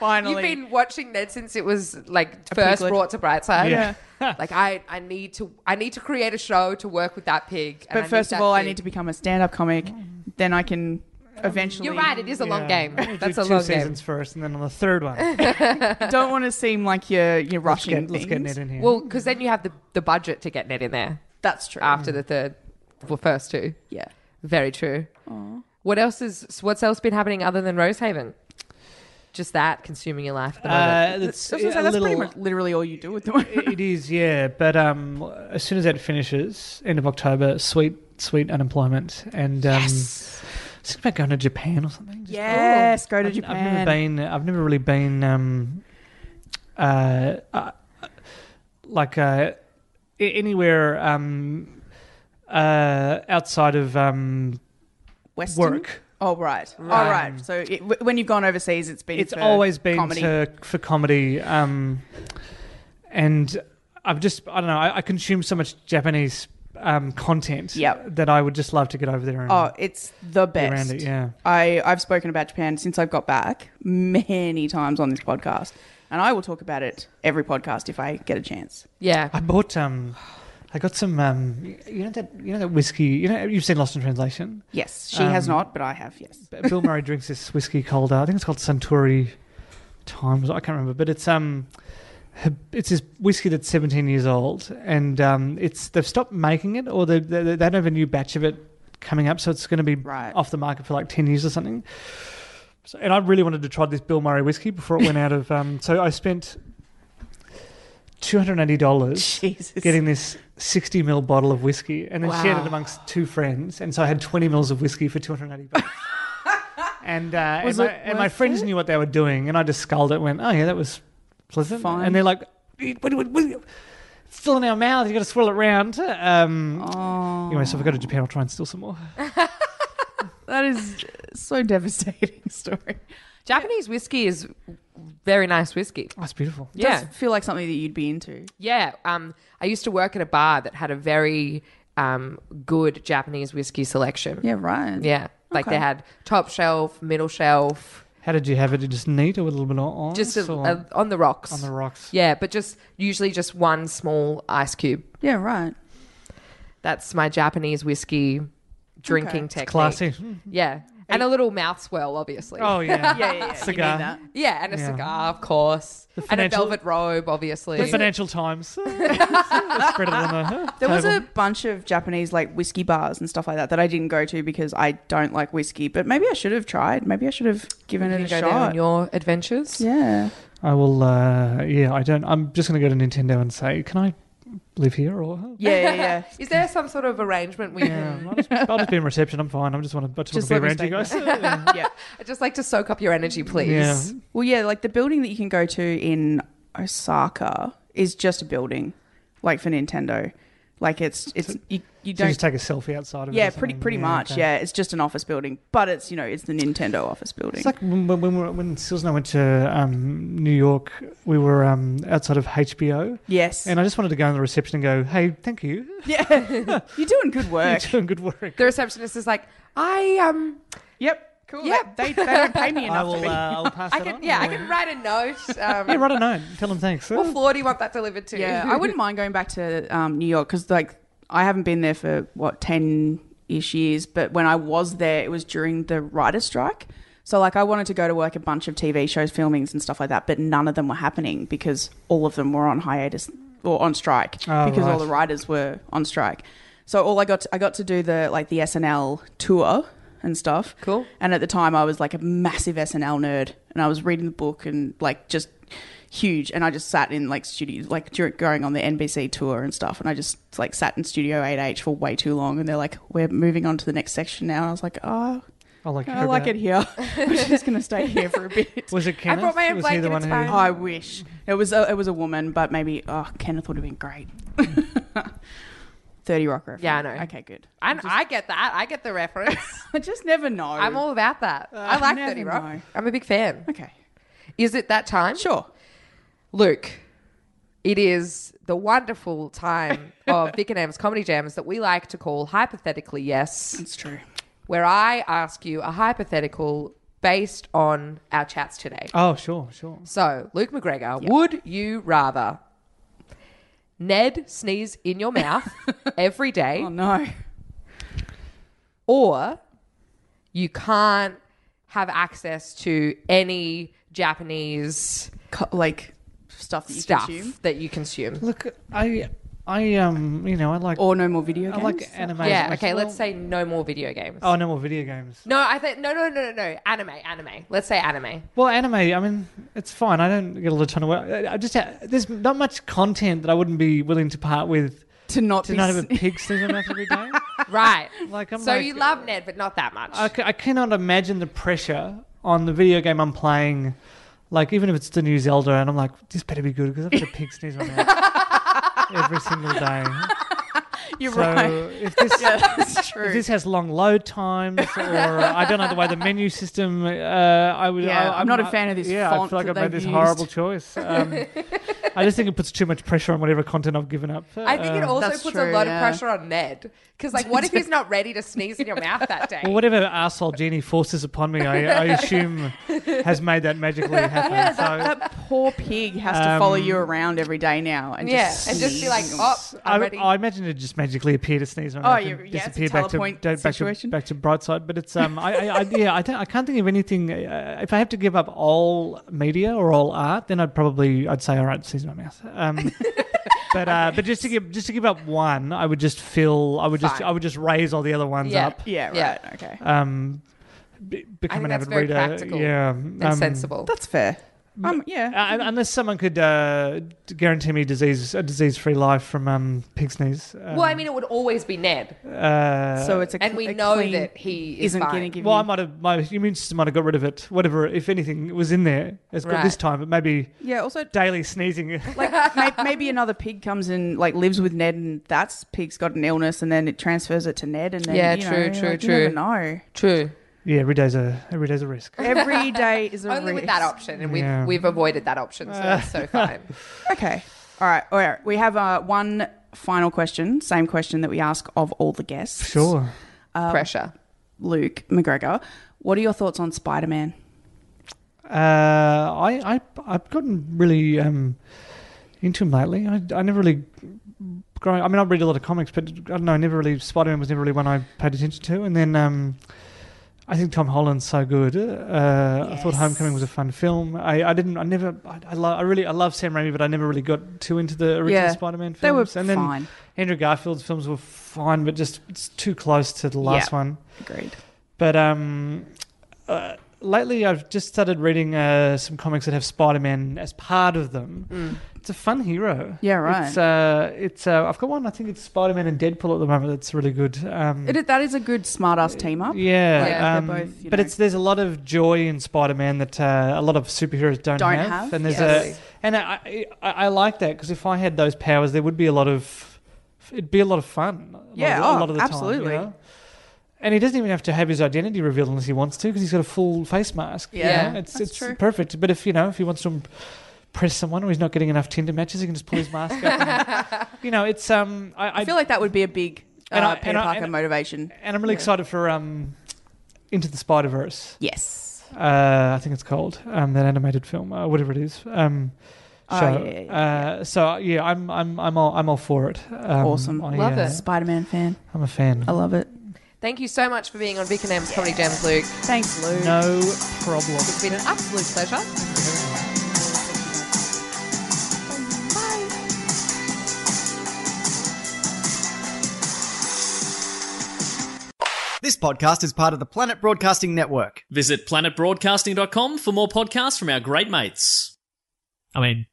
Speaker 3: Finally.
Speaker 4: You've been watching Ned since it was like
Speaker 3: A
Speaker 4: first
Speaker 3: piglet.
Speaker 4: brought to Brightside.
Speaker 5: Yeah.
Speaker 4: like I, I need to I need to create a show to work with that pig. and I
Speaker 3: but
Speaker 4: need
Speaker 3: first of
Speaker 4: that
Speaker 3: all, I
Speaker 4: pig.
Speaker 3: need to become a stand-up comic. Then I can eventually.
Speaker 4: You're right. It is a long
Speaker 5: Yeah.
Speaker 4: game.
Speaker 5: I did
Speaker 4: That's
Speaker 5: two
Speaker 4: a long game.
Speaker 5: seasons first, and then on the third one, let's
Speaker 3: Don't want to seem like you're you're rushing.
Speaker 5: get, let's get
Speaker 3: things.
Speaker 5: Ned in here.
Speaker 4: Well, because then you have the, the budget to get Ned in there
Speaker 3: That's true.
Speaker 4: after the third Well, first two.
Speaker 3: Yeah.
Speaker 4: Very true. What else is what's else been happening other than Rosehaven? Just that consuming your life at the moment.
Speaker 5: Uh, that's
Speaker 3: I was gonna say,
Speaker 5: a
Speaker 3: that's pretty
Speaker 5: little-
Speaker 3: much literally all you do with them.
Speaker 5: It um, is, yeah. But um, as soon as that finishes, end of October, sweet, sweet unemployment, and um, think about going to Japan or something. Just-
Speaker 3: yes, go to
Speaker 5: I've-
Speaker 3: Japan.
Speaker 5: I've never been. I've never really been. Um, uh, uh, like uh, a- anywhere um, uh, outside of um,
Speaker 3: Western?
Speaker 5: work.
Speaker 3: Oh right. oh, right. So it, w- when you've gone overseas, it's been
Speaker 5: It's
Speaker 3: for
Speaker 5: always been
Speaker 3: comedy.
Speaker 5: to- for comedy, um, and I've just I don't know. I, I consume so much Japanese um, content
Speaker 3: Yep.
Speaker 5: that I would just love to get over there and
Speaker 3: Oh, it's the
Speaker 5: be
Speaker 3: best.
Speaker 5: around it. Yeah,
Speaker 3: I, I've spoken about Japan since I've got back many times on this podcast, and I will talk about it every podcast if I get a chance.
Speaker 4: yeah.
Speaker 5: I bought um, I got some um, you know that you know that whiskey. You know you've seen Lost in Translation.
Speaker 3: Yes, she has
Speaker 5: Um,
Speaker 3: not, but I have. Yes,
Speaker 5: B- Bill Murray drinks this whiskey called uh, I think it's called Suntory Times. I can't remember, but it's um, hib- it's this whiskey that's 17 years old, and um, it's they've stopped making it, or they they, they don't have a new batch of it coming up, so it's going to be
Speaker 3: Right.
Speaker 5: off the market for like 10 years or something. So, and I really wanted to try this Bill Murray whiskey before it went out of. Um, so I spent. Two hundred and eighty dollars
Speaker 3: Jesus.
Speaker 5: getting this sixty ml bottle of whiskey, and then shared it
Speaker 4: Wow.
Speaker 5: amongst two friends, and so I had twenty mils of whiskey for two hundred and eighty bucks. And, uh, and,
Speaker 3: Was
Speaker 5: my,
Speaker 3: it
Speaker 5: and my
Speaker 3: worth
Speaker 5: friends knew what they were doing, and I just sculled it. and Went, oh yeah, that was pleasant.
Speaker 3: Fine.
Speaker 5: And they're like, "It- what, what, what, it's still in our mouth. You got to swirl it round. Um,
Speaker 3: Oh,
Speaker 5: Anyway, so if I go to Japan, I'll try and steal some more.
Speaker 3: that is so devastating story.
Speaker 4: Japanese whiskey is very nice whiskey.
Speaker 5: That's beautiful.
Speaker 4: Yeah.
Speaker 3: Does feel like something that you'd be into.
Speaker 4: Yeah, um, I used to work at a bar that had a very um, good Japanese whiskey selection.
Speaker 3: Yeah, right.
Speaker 4: Yeah, like
Speaker 3: Okay.
Speaker 4: they had top shelf, middle shelf,
Speaker 5: How did you have it? Just neat or with a little bit on?
Speaker 4: just a,
Speaker 5: or
Speaker 4: a, on the rocks.
Speaker 5: on the rocks.
Speaker 4: Yeah, but just usually just one small ice cube.
Speaker 3: yeah, right.
Speaker 4: That's my Japanese whiskey drinking technique.
Speaker 5: Classy.
Speaker 4: Yeah, and a little mouth swirl, obviously.
Speaker 5: Oh yeah.
Speaker 3: Yeah, yeah, yeah.
Speaker 5: Cigar.
Speaker 3: You need that.
Speaker 4: Yeah, and a
Speaker 5: Yeah.
Speaker 4: cigar, of course, and a
Speaker 5: financial-
Speaker 4: velvet robe, obviously.
Speaker 5: The Financial Times. Spread it on the
Speaker 3: There was a
Speaker 5: table.
Speaker 3: bunch of Japanese like whiskey bars and stuff like that that I didn't go to because I don't like whiskey. But maybe I should have tried. Maybe I should have given
Speaker 4: You
Speaker 3: it a
Speaker 4: go there on
Speaker 3: shot.
Speaker 4: your adventures.
Speaker 3: yeah.
Speaker 5: I will. Uh, yeah, I don't. I'm just going to go to Nintendo and say, can I live here or?
Speaker 3: Yeah, yeah, yeah.
Speaker 4: Is there some sort of arrangement we
Speaker 5: Yeah, I'll just, I'll just be in reception. I'm fine. I'm just want to, I just,
Speaker 3: Just
Speaker 5: want to be
Speaker 3: let
Speaker 5: around
Speaker 3: me
Speaker 5: you guys.
Speaker 3: stay
Speaker 5: yeah.
Speaker 3: yeah.
Speaker 4: I'd just like to soak up your energy, please.
Speaker 3: Well, yeah, like the building that you can go to in Osaka is just a building, like for Nintendo. Like it's it's you, you
Speaker 5: So you
Speaker 3: don't.
Speaker 5: just take a selfie outside of it. or
Speaker 3: yeah, pretty
Speaker 5: something.
Speaker 3: pretty much.
Speaker 5: okay.
Speaker 3: Yeah, it's just an office building, but it's you know it's the Nintendo office building.
Speaker 5: It's like when when, when, we were- when Sils and I went to um, New York, we were um, outside of HBO,
Speaker 3: yes,
Speaker 5: and I just wanted to go in the reception and go, "Hey, thank you,
Speaker 3: yeah, you're doing good
Speaker 5: you're
Speaker 3: work.
Speaker 5: doing good work."
Speaker 4: The receptionist is like, I um,
Speaker 3: yep, cool.
Speaker 4: Yep.
Speaker 3: they, they don't pay me enough.
Speaker 5: I
Speaker 3: to
Speaker 5: will. Uh,
Speaker 3: be-
Speaker 5: I'll pass
Speaker 4: I
Speaker 5: that
Speaker 4: can
Speaker 5: on.
Speaker 4: yeah, I can write a note. Um,
Speaker 5: Yeah, write a note. Tell them thanks.
Speaker 4: What floor do you want that delivered to?
Speaker 3: yeah, I wouldn't mind going back to um, New York because like I haven't been there for what ten ish years, but when I was there, it was during the writer's strike. So like I wanted to go to work a bunch of TV shows, filmings and stuff like that, but none of them were happening because all of them were on hiatus or on strike
Speaker 5: Oh,
Speaker 3: because all
Speaker 5: right.
Speaker 3: the writers were on strike. So all I got to, I got to do the like the SNL tour and stuff.
Speaker 4: Cool.
Speaker 3: And at the time, I was like a massive SNL nerd, and I was reading the book and like just huge. And I just sat in like studio, like during, going on the NBC tour and stuff, and I just like sat in Studio 8H for way too long. And they're like, "We're moving on to the next section now." And I was like, "Oh,
Speaker 5: I like,
Speaker 3: I like it here. I'm just gonna stay here for a bit."
Speaker 5: Was it Kenneth?
Speaker 4: brought my own
Speaker 5: was
Speaker 4: blanket,
Speaker 5: he the one
Speaker 4: it's
Speaker 5: who?
Speaker 4: fine.
Speaker 3: I wish it was a, it was a woman, but maybe oh Kenneth would have been great. Thirty Rock reference.
Speaker 4: Yeah, I know.
Speaker 3: Okay, good.
Speaker 4: I, I get that. I get the reference.
Speaker 3: I just never know.
Speaker 4: I'm all about that. I like
Speaker 3: never
Speaker 4: 30 Rock.
Speaker 3: know.
Speaker 4: I'm a big fan.
Speaker 3: okay.
Speaker 4: Is it that time?
Speaker 3: Sure.
Speaker 4: Luke, it is the wonderful time of Vic and Em's Comedy Jams that we like to call Hypothetically Yes.
Speaker 3: It's true.
Speaker 4: where I ask you a hypothetical based on our chats today.
Speaker 5: Oh, sure, sure.
Speaker 4: So, Luke McGregor, would you rather Ned sneeze in your mouth every day
Speaker 3: Oh no.
Speaker 4: or you can't have access to any Japanese
Speaker 3: Co- like stuff that you
Speaker 4: stuff
Speaker 3: consume.
Speaker 4: that you consume?
Speaker 5: Look, I I um, you know, I like
Speaker 3: Or no more video
Speaker 5: I
Speaker 3: games.
Speaker 5: like anime. as
Speaker 4: Yeah,
Speaker 5: much
Speaker 4: okay,
Speaker 5: as
Speaker 4: let's
Speaker 5: well.
Speaker 4: say no more video games.
Speaker 5: Oh, no more video games.
Speaker 4: No, I think no, no, no, no, no. Anime, anime. Let's say anime.
Speaker 5: Well, anime. I mean, it's fine. I don't get a ton of work. I- I just ha- there's not much content that I wouldn't be willing to part with
Speaker 3: to not
Speaker 5: to
Speaker 3: be
Speaker 5: not have a
Speaker 3: s-
Speaker 5: pig sting my mouth every day.
Speaker 4: Right.
Speaker 5: Like, I'm
Speaker 4: so
Speaker 5: like- uh,
Speaker 4: you love Ned, but not that much.
Speaker 5: I, ca- I cannot imagine the pressure on the video game I'm playing. Like, even if it's the new Zelda, and I'm like, this better be good because I've got a pig sneeze on mouth every single day.
Speaker 3: You're
Speaker 5: so
Speaker 3: right.
Speaker 5: if this
Speaker 3: Yeah, that's true.
Speaker 5: if this has long load times, or I don't know the way the menu system. Uh, I would.
Speaker 3: Yeah,
Speaker 5: I,
Speaker 3: I'm not a fan of this
Speaker 5: Yeah, I
Speaker 3: font
Speaker 5: feel like
Speaker 3: that
Speaker 5: I've made
Speaker 3: they've
Speaker 5: this
Speaker 3: used.
Speaker 5: horrible choice. Um, I just think it puts too much pressure on whatever content I've given up.
Speaker 4: I think it
Speaker 5: Um,
Speaker 4: also
Speaker 3: That's
Speaker 4: puts a
Speaker 3: true,
Speaker 4: lot
Speaker 3: yeah.
Speaker 4: of pressure on Ned because, like, what if he's not ready to sneeze in your mouth that day?
Speaker 5: Well, whatever asshole genie forces upon me, I, I assume has made that magically happen. so
Speaker 3: that poor pig has to
Speaker 5: Um,
Speaker 3: follow you around every day now, and
Speaker 4: yeah,
Speaker 3: just
Speaker 4: and just be like,
Speaker 3: sneeze.
Speaker 4: oh, I'm
Speaker 5: I,
Speaker 4: ready.
Speaker 5: I imagine it just magically appeared to sneeze.
Speaker 3: Oh,
Speaker 5: Oh,
Speaker 3: yeah,
Speaker 5: yeah,
Speaker 3: yeah, it's a
Speaker 5: disappear back to
Speaker 3: teleport
Speaker 5: back to
Speaker 3: situation.
Speaker 5: back to bright side. But it's um, I, I, I yeah, I don't, I can't think of anything. Uh, if I have to give up all media or all art, then I'd probably I'd say all right, sneeze in my mouth. Um, but uh, but just to give just to give up one, I would just fill. I would just
Speaker 4: Fine.
Speaker 5: I would just raise all the other ones
Speaker 4: Yeah.
Speaker 5: up.
Speaker 3: yeah, right,
Speaker 4: Yeah.
Speaker 3: okay,
Speaker 5: Um, be, become
Speaker 4: think
Speaker 5: an
Speaker 4: that's
Speaker 5: avid
Speaker 4: very
Speaker 5: reader.
Speaker 4: practical
Speaker 5: yeah,
Speaker 4: and
Speaker 5: um,
Speaker 4: sensible.
Speaker 3: that's fair. Um, yeah,
Speaker 5: Uh, unless someone could uh, guarantee me disease a disease-free life from um, pig sneeze. Um,
Speaker 4: Well, I mean, it would always be Ned,
Speaker 5: uh,
Speaker 3: so it's a
Speaker 4: and
Speaker 3: cl-
Speaker 4: we
Speaker 3: a
Speaker 4: know
Speaker 3: clean
Speaker 4: that he is
Speaker 3: isn't
Speaker 4: fine.
Speaker 3: going to give
Speaker 5: Well, I
Speaker 3: you.
Speaker 5: might have my immune system might have got rid of it. Whatever, if anything was in there, it's got
Speaker 4: Right.
Speaker 5: this time. But maybe
Speaker 3: yeah, also
Speaker 5: daily sneezing.
Speaker 3: like may- maybe another pig comes and like lives with Ned, and that's pig's got an illness, and then it transfers it to Ned, and then
Speaker 4: Yeah,
Speaker 3: you
Speaker 4: true,
Speaker 3: know,
Speaker 4: true,
Speaker 3: like,
Speaker 4: true.
Speaker 3: You never know.
Speaker 4: True.
Speaker 5: yeah, every day's a every day's a risk.
Speaker 3: Every day is a
Speaker 4: Only
Speaker 3: risk.
Speaker 4: with that option, and we've
Speaker 5: Yeah.
Speaker 4: we've avoided that option, so that's so fine.
Speaker 3: Okay, all right, all right. We have uh, one final question, same question that we ask of all the guests.
Speaker 5: Sure.
Speaker 3: Um,
Speaker 4: Pressure.
Speaker 3: Luke McGregor. What are your thoughts on Spider Man?
Speaker 5: Uh, I I I've gotten really um, into him lately. I, I never really. Growing, I mean, I read a lot of comics, but I don't know. I never really Spider Man was never really one I paid attention to. And then um, I think Tom Holland's so good. Uh, I thought
Speaker 3: Yes.
Speaker 5: Homecoming was a fun film. I, I didn't. I never. I, I, lo- I really. I love Sam Raimi, but I never really got too into the original
Speaker 3: Yeah.
Speaker 5: Spider Man films.
Speaker 3: They were
Speaker 5: and then
Speaker 3: fine.
Speaker 5: Andrew Garfield's films were fine, but just it's too close to the last
Speaker 3: Yeah.
Speaker 5: one.
Speaker 3: Agreed.
Speaker 5: But um, uh, lately, I've just started reading uh, some comics that have Spider Man as part of them. It's a fun hero.
Speaker 3: Mm. Yeah, right.
Speaker 5: It's, uh, it's uh, I've got one. I think it's Spider Man and Deadpool at the moment. That's really good. Um,
Speaker 3: It is, that is a good smart ass team up.
Speaker 5: Uh, yeah,
Speaker 4: Yeah, they're
Speaker 5: um,
Speaker 3: both, you
Speaker 5: but
Speaker 3: know.
Speaker 5: it's there's a lot of joy in Spider-Man that uh, a lot of superheroes don't,
Speaker 3: Don't have,
Speaker 5: and there's
Speaker 3: yes.
Speaker 5: a and I I, I like that because if I had those powers, there would be a lot of it'd be a lot of fun. A lot of-
Speaker 3: Yeah,
Speaker 5: a
Speaker 3: oh,
Speaker 5: lot of the time, you
Speaker 3: absolutely.
Speaker 5: know? And he doesn't even have to have his identity revealed unless he wants to because he's got a full face mask. you
Speaker 4: Yeah.
Speaker 5: know? it's
Speaker 3: That's
Speaker 5: it's
Speaker 3: true.
Speaker 5: perfect. But if you know if he wants to impress someone or he's not getting enough Tinder matches, he can just pull his mask up. and- you know, it's um I,
Speaker 3: I feel like that would be a big uh,
Speaker 5: And I-
Speaker 3: Peter
Speaker 5: and I-
Speaker 3: Parker
Speaker 5: and-
Speaker 3: motivation.
Speaker 5: and I'm really excited for um into the Spider Verse.
Speaker 3: Yes.
Speaker 5: uh, I think it's called um, that animated film, uh, whatever it is. Um,
Speaker 3: Oh,
Speaker 5: show.
Speaker 3: yeah, yeah,
Speaker 5: uh, so yeah, I'm I'm I'm all I'm all for it. Um,
Speaker 3: Awesome.
Speaker 5: I,
Speaker 4: Love it.
Speaker 3: Spider Man fan.
Speaker 5: I'm a fan.
Speaker 3: I love it.
Speaker 4: Thank you so much for being on Vic and M's Comedy Jams, Luke.
Speaker 3: Thanks, Lou.
Speaker 5: No problem.
Speaker 4: It's been an absolute pleasure.
Speaker 1: This podcast is part of the Planet Broadcasting Network.
Speaker 2: Visit planetbroadcasting.com for more podcasts from our great mates. I mean,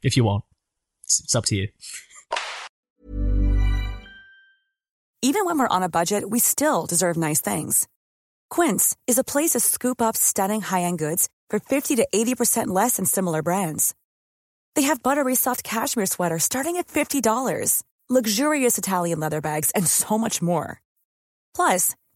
Speaker 2: if you want, it's, it's up to you.
Speaker 8: Even when we're on a budget, we still deserve nice things. Quince is a place to scoop up stunning high end goods for 50 to 80% less than similar brands. They have buttery soft cashmere sweaters starting at $50, luxurious Italian leather bags, and so much more. Plus,